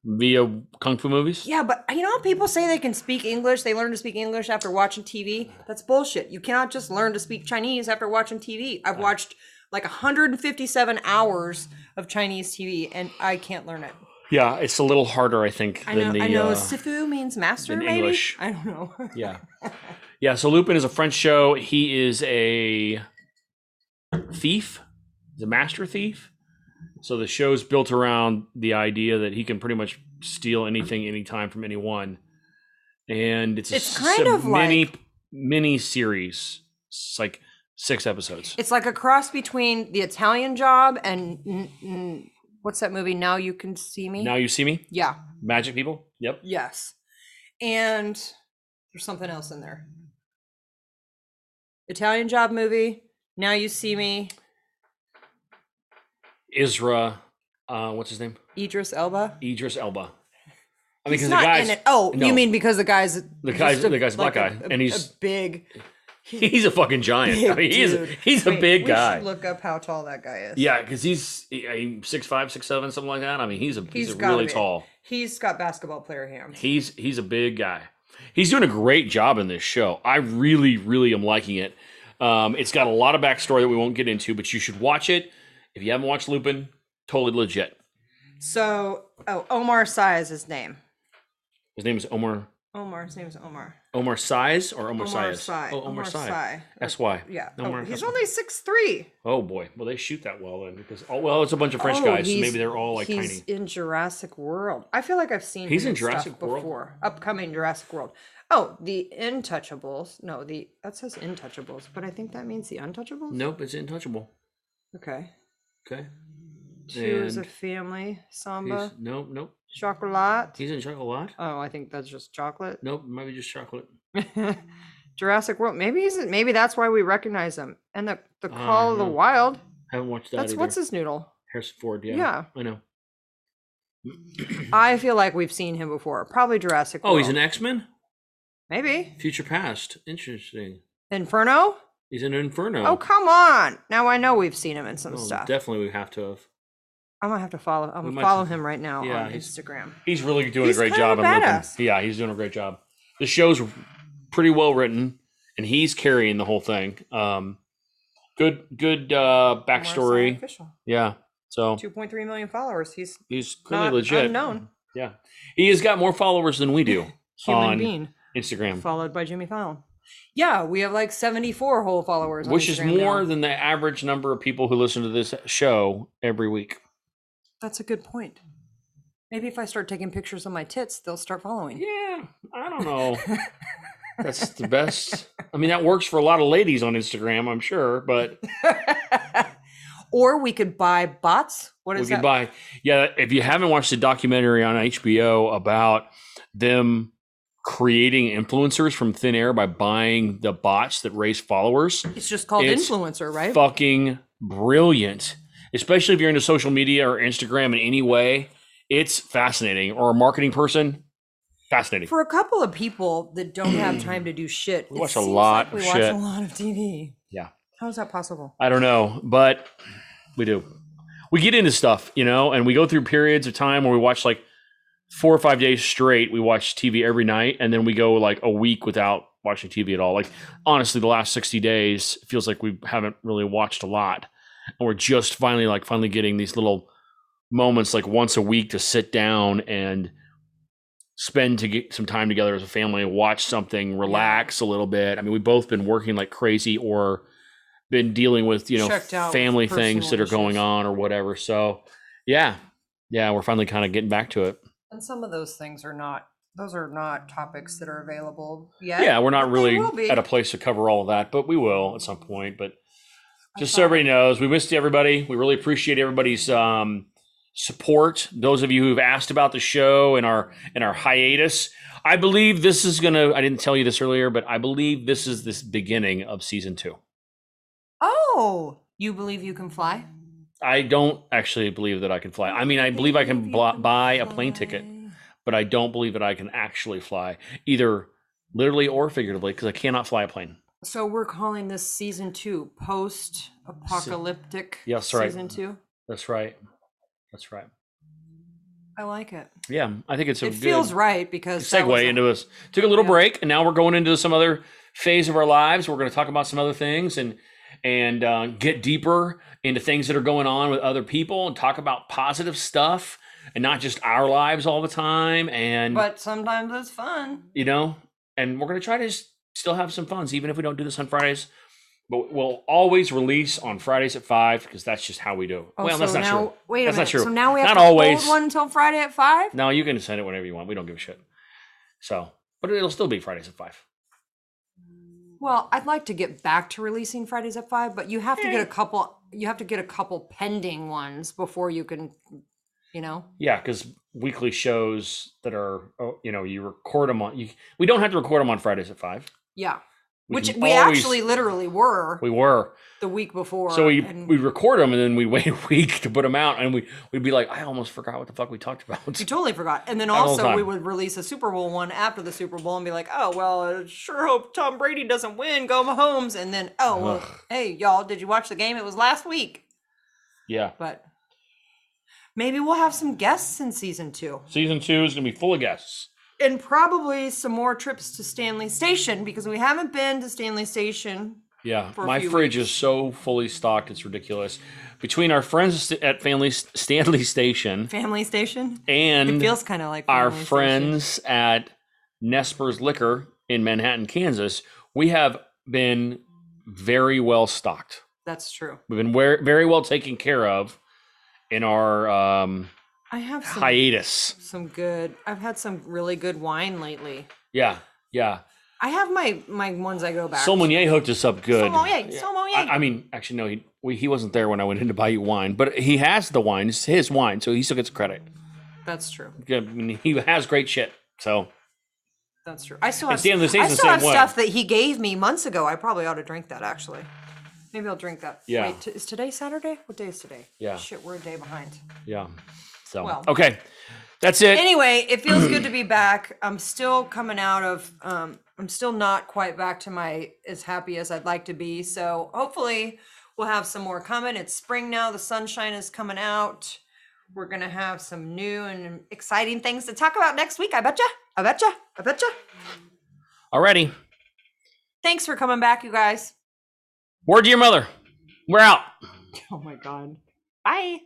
[SPEAKER 1] Via kung fu movies.
[SPEAKER 2] Yeah, but you know how people say they can speak English. They learn to speak English after watching TV. That's bullshit. You cannot just learn to speak Chinese after watching TV. I've watched like 157 hours of Chinese TV, and I can't learn it.
[SPEAKER 1] Yeah, it's a little harder, I think,
[SPEAKER 2] I know.
[SPEAKER 1] than the
[SPEAKER 2] I know.
[SPEAKER 1] uh,
[SPEAKER 2] Sifu means master,
[SPEAKER 1] than
[SPEAKER 2] maybe.
[SPEAKER 1] English.
[SPEAKER 2] I don't know. (laughs)
[SPEAKER 1] Yeah. Yeah, so Lupin is a French show. He is a thief. He's a master thief. So the show's built around the idea that he can pretty much steal anything anytime from anyone. And it's a
[SPEAKER 2] It's kind of
[SPEAKER 1] mini
[SPEAKER 2] like-
[SPEAKER 1] mini series. It's like six episodes.
[SPEAKER 2] It's like a cross between the Italian Job and n- n- what's that movie? Now you can see me.
[SPEAKER 1] Now you see me?
[SPEAKER 2] yeah.
[SPEAKER 1] Magic people? Yep.
[SPEAKER 2] Yes. And there's something else in there. Italian job movie. Now you see me,
[SPEAKER 1] Isra uh what's his name?
[SPEAKER 2] Idris Elba.
[SPEAKER 1] Idris Elba. I mean, because the
[SPEAKER 2] He's not in
[SPEAKER 1] guy's
[SPEAKER 2] it. Oh,
[SPEAKER 1] no.
[SPEAKER 2] you mean because the guy's
[SPEAKER 1] The
[SPEAKER 2] just
[SPEAKER 1] guy's- the guy's a black
[SPEAKER 2] like
[SPEAKER 1] guy,
[SPEAKER 2] a-
[SPEAKER 1] and
[SPEAKER 2] a
[SPEAKER 1] he's-
[SPEAKER 2] big.
[SPEAKER 1] he's a fucking giant. (laughs) I
[SPEAKER 2] big
[SPEAKER 1] mean, he's a,
[SPEAKER 2] dude.
[SPEAKER 1] he's a
[SPEAKER 2] Wait,
[SPEAKER 1] big
[SPEAKER 2] we should
[SPEAKER 1] guy.
[SPEAKER 2] look up how tall that guy is.
[SPEAKER 1] Yeah, because he's he- he- six five, six seven, something like that. I mean, he's a he's,
[SPEAKER 2] He's
[SPEAKER 1] a
[SPEAKER 2] gotta
[SPEAKER 1] really
[SPEAKER 2] be.
[SPEAKER 1] tall.
[SPEAKER 2] He's got basketball player hands.
[SPEAKER 1] He's he's a big guy. He's doing a great job in this show. I really, really am liking it. Um, it's got a lot of backstory that we won't get into, but you should watch it. If you haven't watched Lupin, totally legit.
[SPEAKER 2] So, oh, Omar Sy is his name.
[SPEAKER 1] His name is Omar
[SPEAKER 2] Omar, his name's Omar.
[SPEAKER 1] Omar Size or Omar,
[SPEAKER 2] Omar
[SPEAKER 1] Syes?
[SPEAKER 2] Sy.
[SPEAKER 1] Oh, Omar,
[SPEAKER 2] Omar
[SPEAKER 1] Sy.
[SPEAKER 2] Sy.
[SPEAKER 1] That's why.
[SPEAKER 2] Yeah.
[SPEAKER 1] Omar,
[SPEAKER 2] oh, he's
[SPEAKER 1] that's
[SPEAKER 2] only six three.
[SPEAKER 1] why. oh boy. Well, they shoot that well then because oh well, it's a bunch of French
[SPEAKER 2] Oh,
[SPEAKER 1] guys, so
[SPEAKER 2] he's-
[SPEAKER 1] maybe they're all like
[SPEAKER 2] he's
[SPEAKER 1] tiny.
[SPEAKER 2] in Jurassic World. I feel like I've seen
[SPEAKER 1] He's
[SPEAKER 2] him
[SPEAKER 1] in
[SPEAKER 2] stuff
[SPEAKER 1] Jurassic World?
[SPEAKER 2] before. Upcoming Jurassic World. Oh, the Intouchables. No, the that says Intouchables, but I think that means the Untouchables.
[SPEAKER 1] Nope, it's intouchable.
[SPEAKER 2] Okay.
[SPEAKER 1] Okay.
[SPEAKER 2] Two is a
[SPEAKER 1] And
[SPEAKER 2] family
[SPEAKER 1] He's,
[SPEAKER 2] samba
[SPEAKER 1] nope, nope.
[SPEAKER 2] chocolat.
[SPEAKER 1] He's in chocolate.
[SPEAKER 2] Oh, I think that's just chocolate. (laughs)
[SPEAKER 1] Nope, maybe just chocolate.
[SPEAKER 2] Jurassic World. Maybe he's maybe that's why we recognize him. And the the
[SPEAKER 1] I
[SPEAKER 2] Call of the
[SPEAKER 1] know.
[SPEAKER 2] Wild.
[SPEAKER 1] Haven't watched that
[SPEAKER 2] That's
[SPEAKER 1] either.
[SPEAKER 2] what's his noodle.
[SPEAKER 1] Harrison Ford. Yeah,
[SPEAKER 2] Yeah.
[SPEAKER 1] I know.
[SPEAKER 2] I feel like we've seen him before. Probably Jurassic.
[SPEAKER 1] Oh, he's
[SPEAKER 2] World.
[SPEAKER 1] an X Men.
[SPEAKER 2] maybe
[SPEAKER 1] Future Past. Interesting.
[SPEAKER 2] Inferno.
[SPEAKER 1] He's in Inferno.
[SPEAKER 2] Oh come on! Now I know we've seen him in some
[SPEAKER 1] Hmm. Oh,
[SPEAKER 2] stuff.
[SPEAKER 1] Definitely, we have to have.
[SPEAKER 2] I'm gonna have to follow. I'm
[SPEAKER 1] We
[SPEAKER 2] gonna
[SPEAKER 1] might
[SPEAKER 2] follow
[SPEAKER 1] have-
[SPEAKER 2] him right now
[SPEAKER 1] Yeah,
[SPEAKER 2] on
[SPEAKER 1] he's-
[SPEAKER 2] Instagram.
[SPEAKER 1] He's really doing
[SPEAKER 2] He's
[SPEAKER 1] a great
[SPEAKER 2] kind
[SPEAKER 1] job.
[SPEAKER 2] of a
[SPEAKER 1] on Lupin.
[SPEAKER 2] badass.
[SPEAKER 1] Yeah, he's doing a great job. The show's pretty well written, and he's carrying the whole thing. Um, good, good uh, backstory. Yeah, so
[SPEAKER 2] 2.3 million followers. He's
[SPEAKER 1] he's clearly
[SPEAKER 2] not
[SPEAKER 1] legit.
[SPEAKER 2] unknown
[SPEAKER 1] Yeah, he has got more followers than we do
[SPEAKER 2] (laughs) human
[SPEAKER 1] on
[SPEAKER 2] being,
[SPEAKER 1] Instagram.
[SPEAKER 2] followed by Jimmy Fallon. Yeah, we have like 74 whole followers, on
[SPEAKER 1] which is
[SPEAKER 2] Instagram now.
[SPEAKER 1] more than the average number of people who listen to this show every week.
[SPEAKER 2] That's a good point. Maybe if I start taking pictures of my tits, they'll start following.
[SPEAKER 1] Yeah, I don't know. (laughs) That's the best. I mean, that works for a lot of ladies on Instagram, I'm sure, (laughs) but
[SPEAKER 2] (laughs) or we could buy bots. What
[SPEAKER 1] we
[SPEAKER 2] is
[SPEAKER 1] could
[SPEAKER 2] that?
[SPEAKER 1] buy. Yeah, if you haven't watched the documentary on HBO about them creating influencers from thin air by buying the bots that raise followers,
[SPEAKER 2] it's just called
[SPEAKER 1] It's
[SPEAKER 2] influencer, right?
[SPEAKER 1] fucking brilliant. Especially if you're into social media or Instagram in any way, it's fascinating. Or a marketing person, fascinating.
[SPEAKER 2] For a couple of people that don't have time to do shit,
[SPEAKER 1] We
[SPEAKER 2] it
[SPEAKER 1] watch a
[SPEAKER 2] seems
[SPEAKER 1] lot
[SPEAKER 2] like
[SPEAKER 1] of
[SPEAKER 2] we watch
[SPEAKER 1] shit.
[SPEAKER 2] a lot of TV.
[SPEAKER 1] Yeah.
[SPEAKER 2] How is that possible?
[SPEAKER 1] I don't know, but we do. We get into stuff, you know, and we go through periods of time where we watch like four or five days straight. We watch TV every night, and then we go like a week without watching TV at all. Like honestly, the last sixty days it feels like we haven't really watched a lot, and we're just finally like finally getting these little moments like once a week to sit down and spend to get some time together as a family, watch something, relax a little bit. I mean, we've both been working like crazy or been dealing with, you know,
[SPEAKER 2] Checked out with
[SPEAKER 1] family things
[SPEAKER 2] personal
[SPEAKER 1] that are going
[SPEAKER 2] issues.
[SPEAKER 1] on or whatever. So, yeah. Yeah, we're finally kind of getting back to it.
[SPEAKER 2] And some of those things are not, those are not topics that are available
[SPEAKER 1] Yeah,
[SPEAKER 2] yet.
[SPEAKER 1] we're not
[SPEAKER 2] but they
[SPEAKER 1] really
[SPEAKER 2] will be.
[SPEAKER 1] at a place to cover all of that, but we will at some point. But
[SPEAKER 2] I
[SPEAKER 1] just
[SPEAKER 2] thought-
[SPEAKER 1] so everybody knows, we missed everybody. We really appreciate everybody's um, support. Those of you who've asked about the show and our and our hiatus. I believe this is gonna. I didn't tell you this earlier, but I believe this is this beginning of season two.
[SPEAKER 2] Oh, you believe you can fly?
[SPEAKER 1] I don't actually believe that I can fly. I mean, I believe I can bl- buy a plane ticket, but I don't believe that I can actually fly either literally or figuratively because I cannot fly a plane.
[SPEAKER 2] So we're calling this season two, post apocalyptic.
[SPEAKER 1] Yes, right.
[SPEAKER 2] Season two.
[SPEAKER 1] That's right. That's right.
[SPEAKER 2] I like it.
[SPEAKER 1] Yeah, I think it's a
[SPEAKER 2] It
[SPEAKER 1] good
[SPEAKER 2] feels right because. that was
[SPEAKER 1] segue
[SPEAKER 2] a-
[SPEAKER 1] into us. Took a little
[SPEAKER 2] Yeah.
[SPEAKER 1] break, and now we're going into some other phase of our lives. We're going to talk about some other things and and uh, get deeper into things that are going on with other people and talk about positive stuff and not just our lives all the time. And
[SPEAKER 2] But sometimes it's fun.
[SPEAKER 1] you know, and we're going to try to s- still have some funs, even if we don't do this on Fridays. But we'll always release on Fridays at five because that's just how we do. it.
[SPEAKER 2] Oh,
[SPEAKER 1] well,
[SPEAKER 2] so
[SPEAKER 1] that's not
[SPEAKER 2] now,
[SPEAKER 1] true.
[SPEAKER 2] Wait a
[SPEAKER 1] That's not
[SPEAKER 2] minute.
[SPEAKER 1] true.
[SPEAKER 2] So now we have
[SPEAKER 1] Not
[SPEAKER 2] to
[SPEAKER 1] always.
[SPEAKER 2] hold one until Friday at five.
[SPEAKER 1] No, you can send it whenever you want. We don't give a shit. So, but it'll still be Fridays at five.
[SPEAKER 2] Well, I'd like to get back to releasing Fridays at five, but you have to get
[SPEAKER 1] Eh.
[SPEAKER 2] a couple. You have to get a couple pending ones before you can, you know.
[SPEAKER 1] Yeah, because weekly shows that are, oh, you know, you record them on. You, we don't have to record them on Fridays at five.
[SPEAKER 2] Yeah,
[SPEAKER 1] We
[SPEAKER 2] which
[SPEAKER 1] can
[SPEAKER 2] we
[SPEAKER 1] always-
[SPEAKER 2] actually literally were
[SPEAKER 1] we were.
[SPEAKER 2] the week before.
[SPEAKER 1] So we
[SPEAKER 2] and
[SPEAKER 1] we record them and then we (laughs) wait a week to put them out, and we we'd be like, I almost forgot what the fuck we talked (laughs) about.
[SPEAKER 2] we totally forgot. And then
[SPEAKER 1] whole
[SPEAKER 2] also we
[SPEAKER 1] time.
[SPEAKER 2] would release a Super Bowl one after the Super Bowl and be like, oh well, I sure hope Tom Brady doesn't win. Go Mahomes, and then oh well,
[SPEAKER 1] Ugh.
[SPEAKER 2] hey y'all, did you watch the game? It was last week,
[SPEAKER 1] yeah,
[SPEAKER 2] but maybe we'll have some guests in season two.
[SPEAKER 1] season two is gonna be full of guests.
[SPEAKER 2] and probably some more trips to Stanley Station because we haven't been to Stanley Station.
[SPEAKER 1] Yeah,
[SPEAKER 2] a
[SPEAKER 1] my
[SPEAKER 2] few
[SPEAKER 1] fridge is so fully stocked, it's ridiculous. Between our friends st- at Family St- Stanley Station
[SPEAKER 2] Family Station? It
[SPEAKER 1] and
[SPEAKER 2] feels kind of like
[SPEAKER 1] our
[SPEAKER 2] Family Station.
[SPEAKER 1] friends at Nesper's Liquor in Manhattan, Kansas, we have been very well stocked.
[SPEAKER 2] That's true.
[SPEAKER 1] We've been wer- very well taken care of in our um,
[SPEAKER 2] I have some,
[SPEAKER 1] hiatus.
[SPEAKER 2] some good. I've had some really good wine lately.
[SPEAKER 1] Yeah, yeah.
[SPEAKER 2] I have my my ones I go back.
[SPEAKER 1] Solmonier hooked us up good.
[SPEAKER 2] Sommelier, sommelier.
[SPEAKER 1] I, I mean, actually, no, he we, he wasn't there when I went in to buy you wine, but he has the wine. It's his wine, so he still gets credit.
[SPEAKER 2] That's true.
[SPEAKER 1] I mean, he has great shit. So
[SPEAKER 2] That's true. I still have,
[SPEAKER 1] It's the end of the
[SPEAKER 2] I
[SPEAKER 1] season,
[SPEAKER 2] still
[SPEAKER 1] same
[SPEAKER 2] have
[SPEAKER 1] way.
[SPEAKER 2] stuff that he gave me months ago. I probably ought to drink that actually. Maybe I'll drink that.
[SPEAKER 1] Yeah.
[SPEAKER 2] Wait, t- is today Saturday? What day is today?
[SPEAKER 1] Yeah.
[SPEAKER 2] Shit, we're a day behind.
[SPEAKER 1] yeah, so
[SPEAKER 2] Well.
[SPEAKER 1] okay, that's it.
[SPEAKER 2] anyway, it feels good
[SPEAKER 1] (clears throat)
[SPEAKER 2] to be back. I'm still coming out of um I'm still not quite back to my as happy as I'd like to be. So hopefully we'll have some more coming. It's spring now, the sunshine is coming out. We're gonna have some new and exciting things to talk about next week. I betcha. I betcha. I betcha.
[SPEAKER 1] Alrighty,
[SPEAKER 2] Thanks for coming back, you guys. (laughs)
[SPEAKER 1] word to your mother. We're out.
[SPEAKER 2] Oh my god. Bye.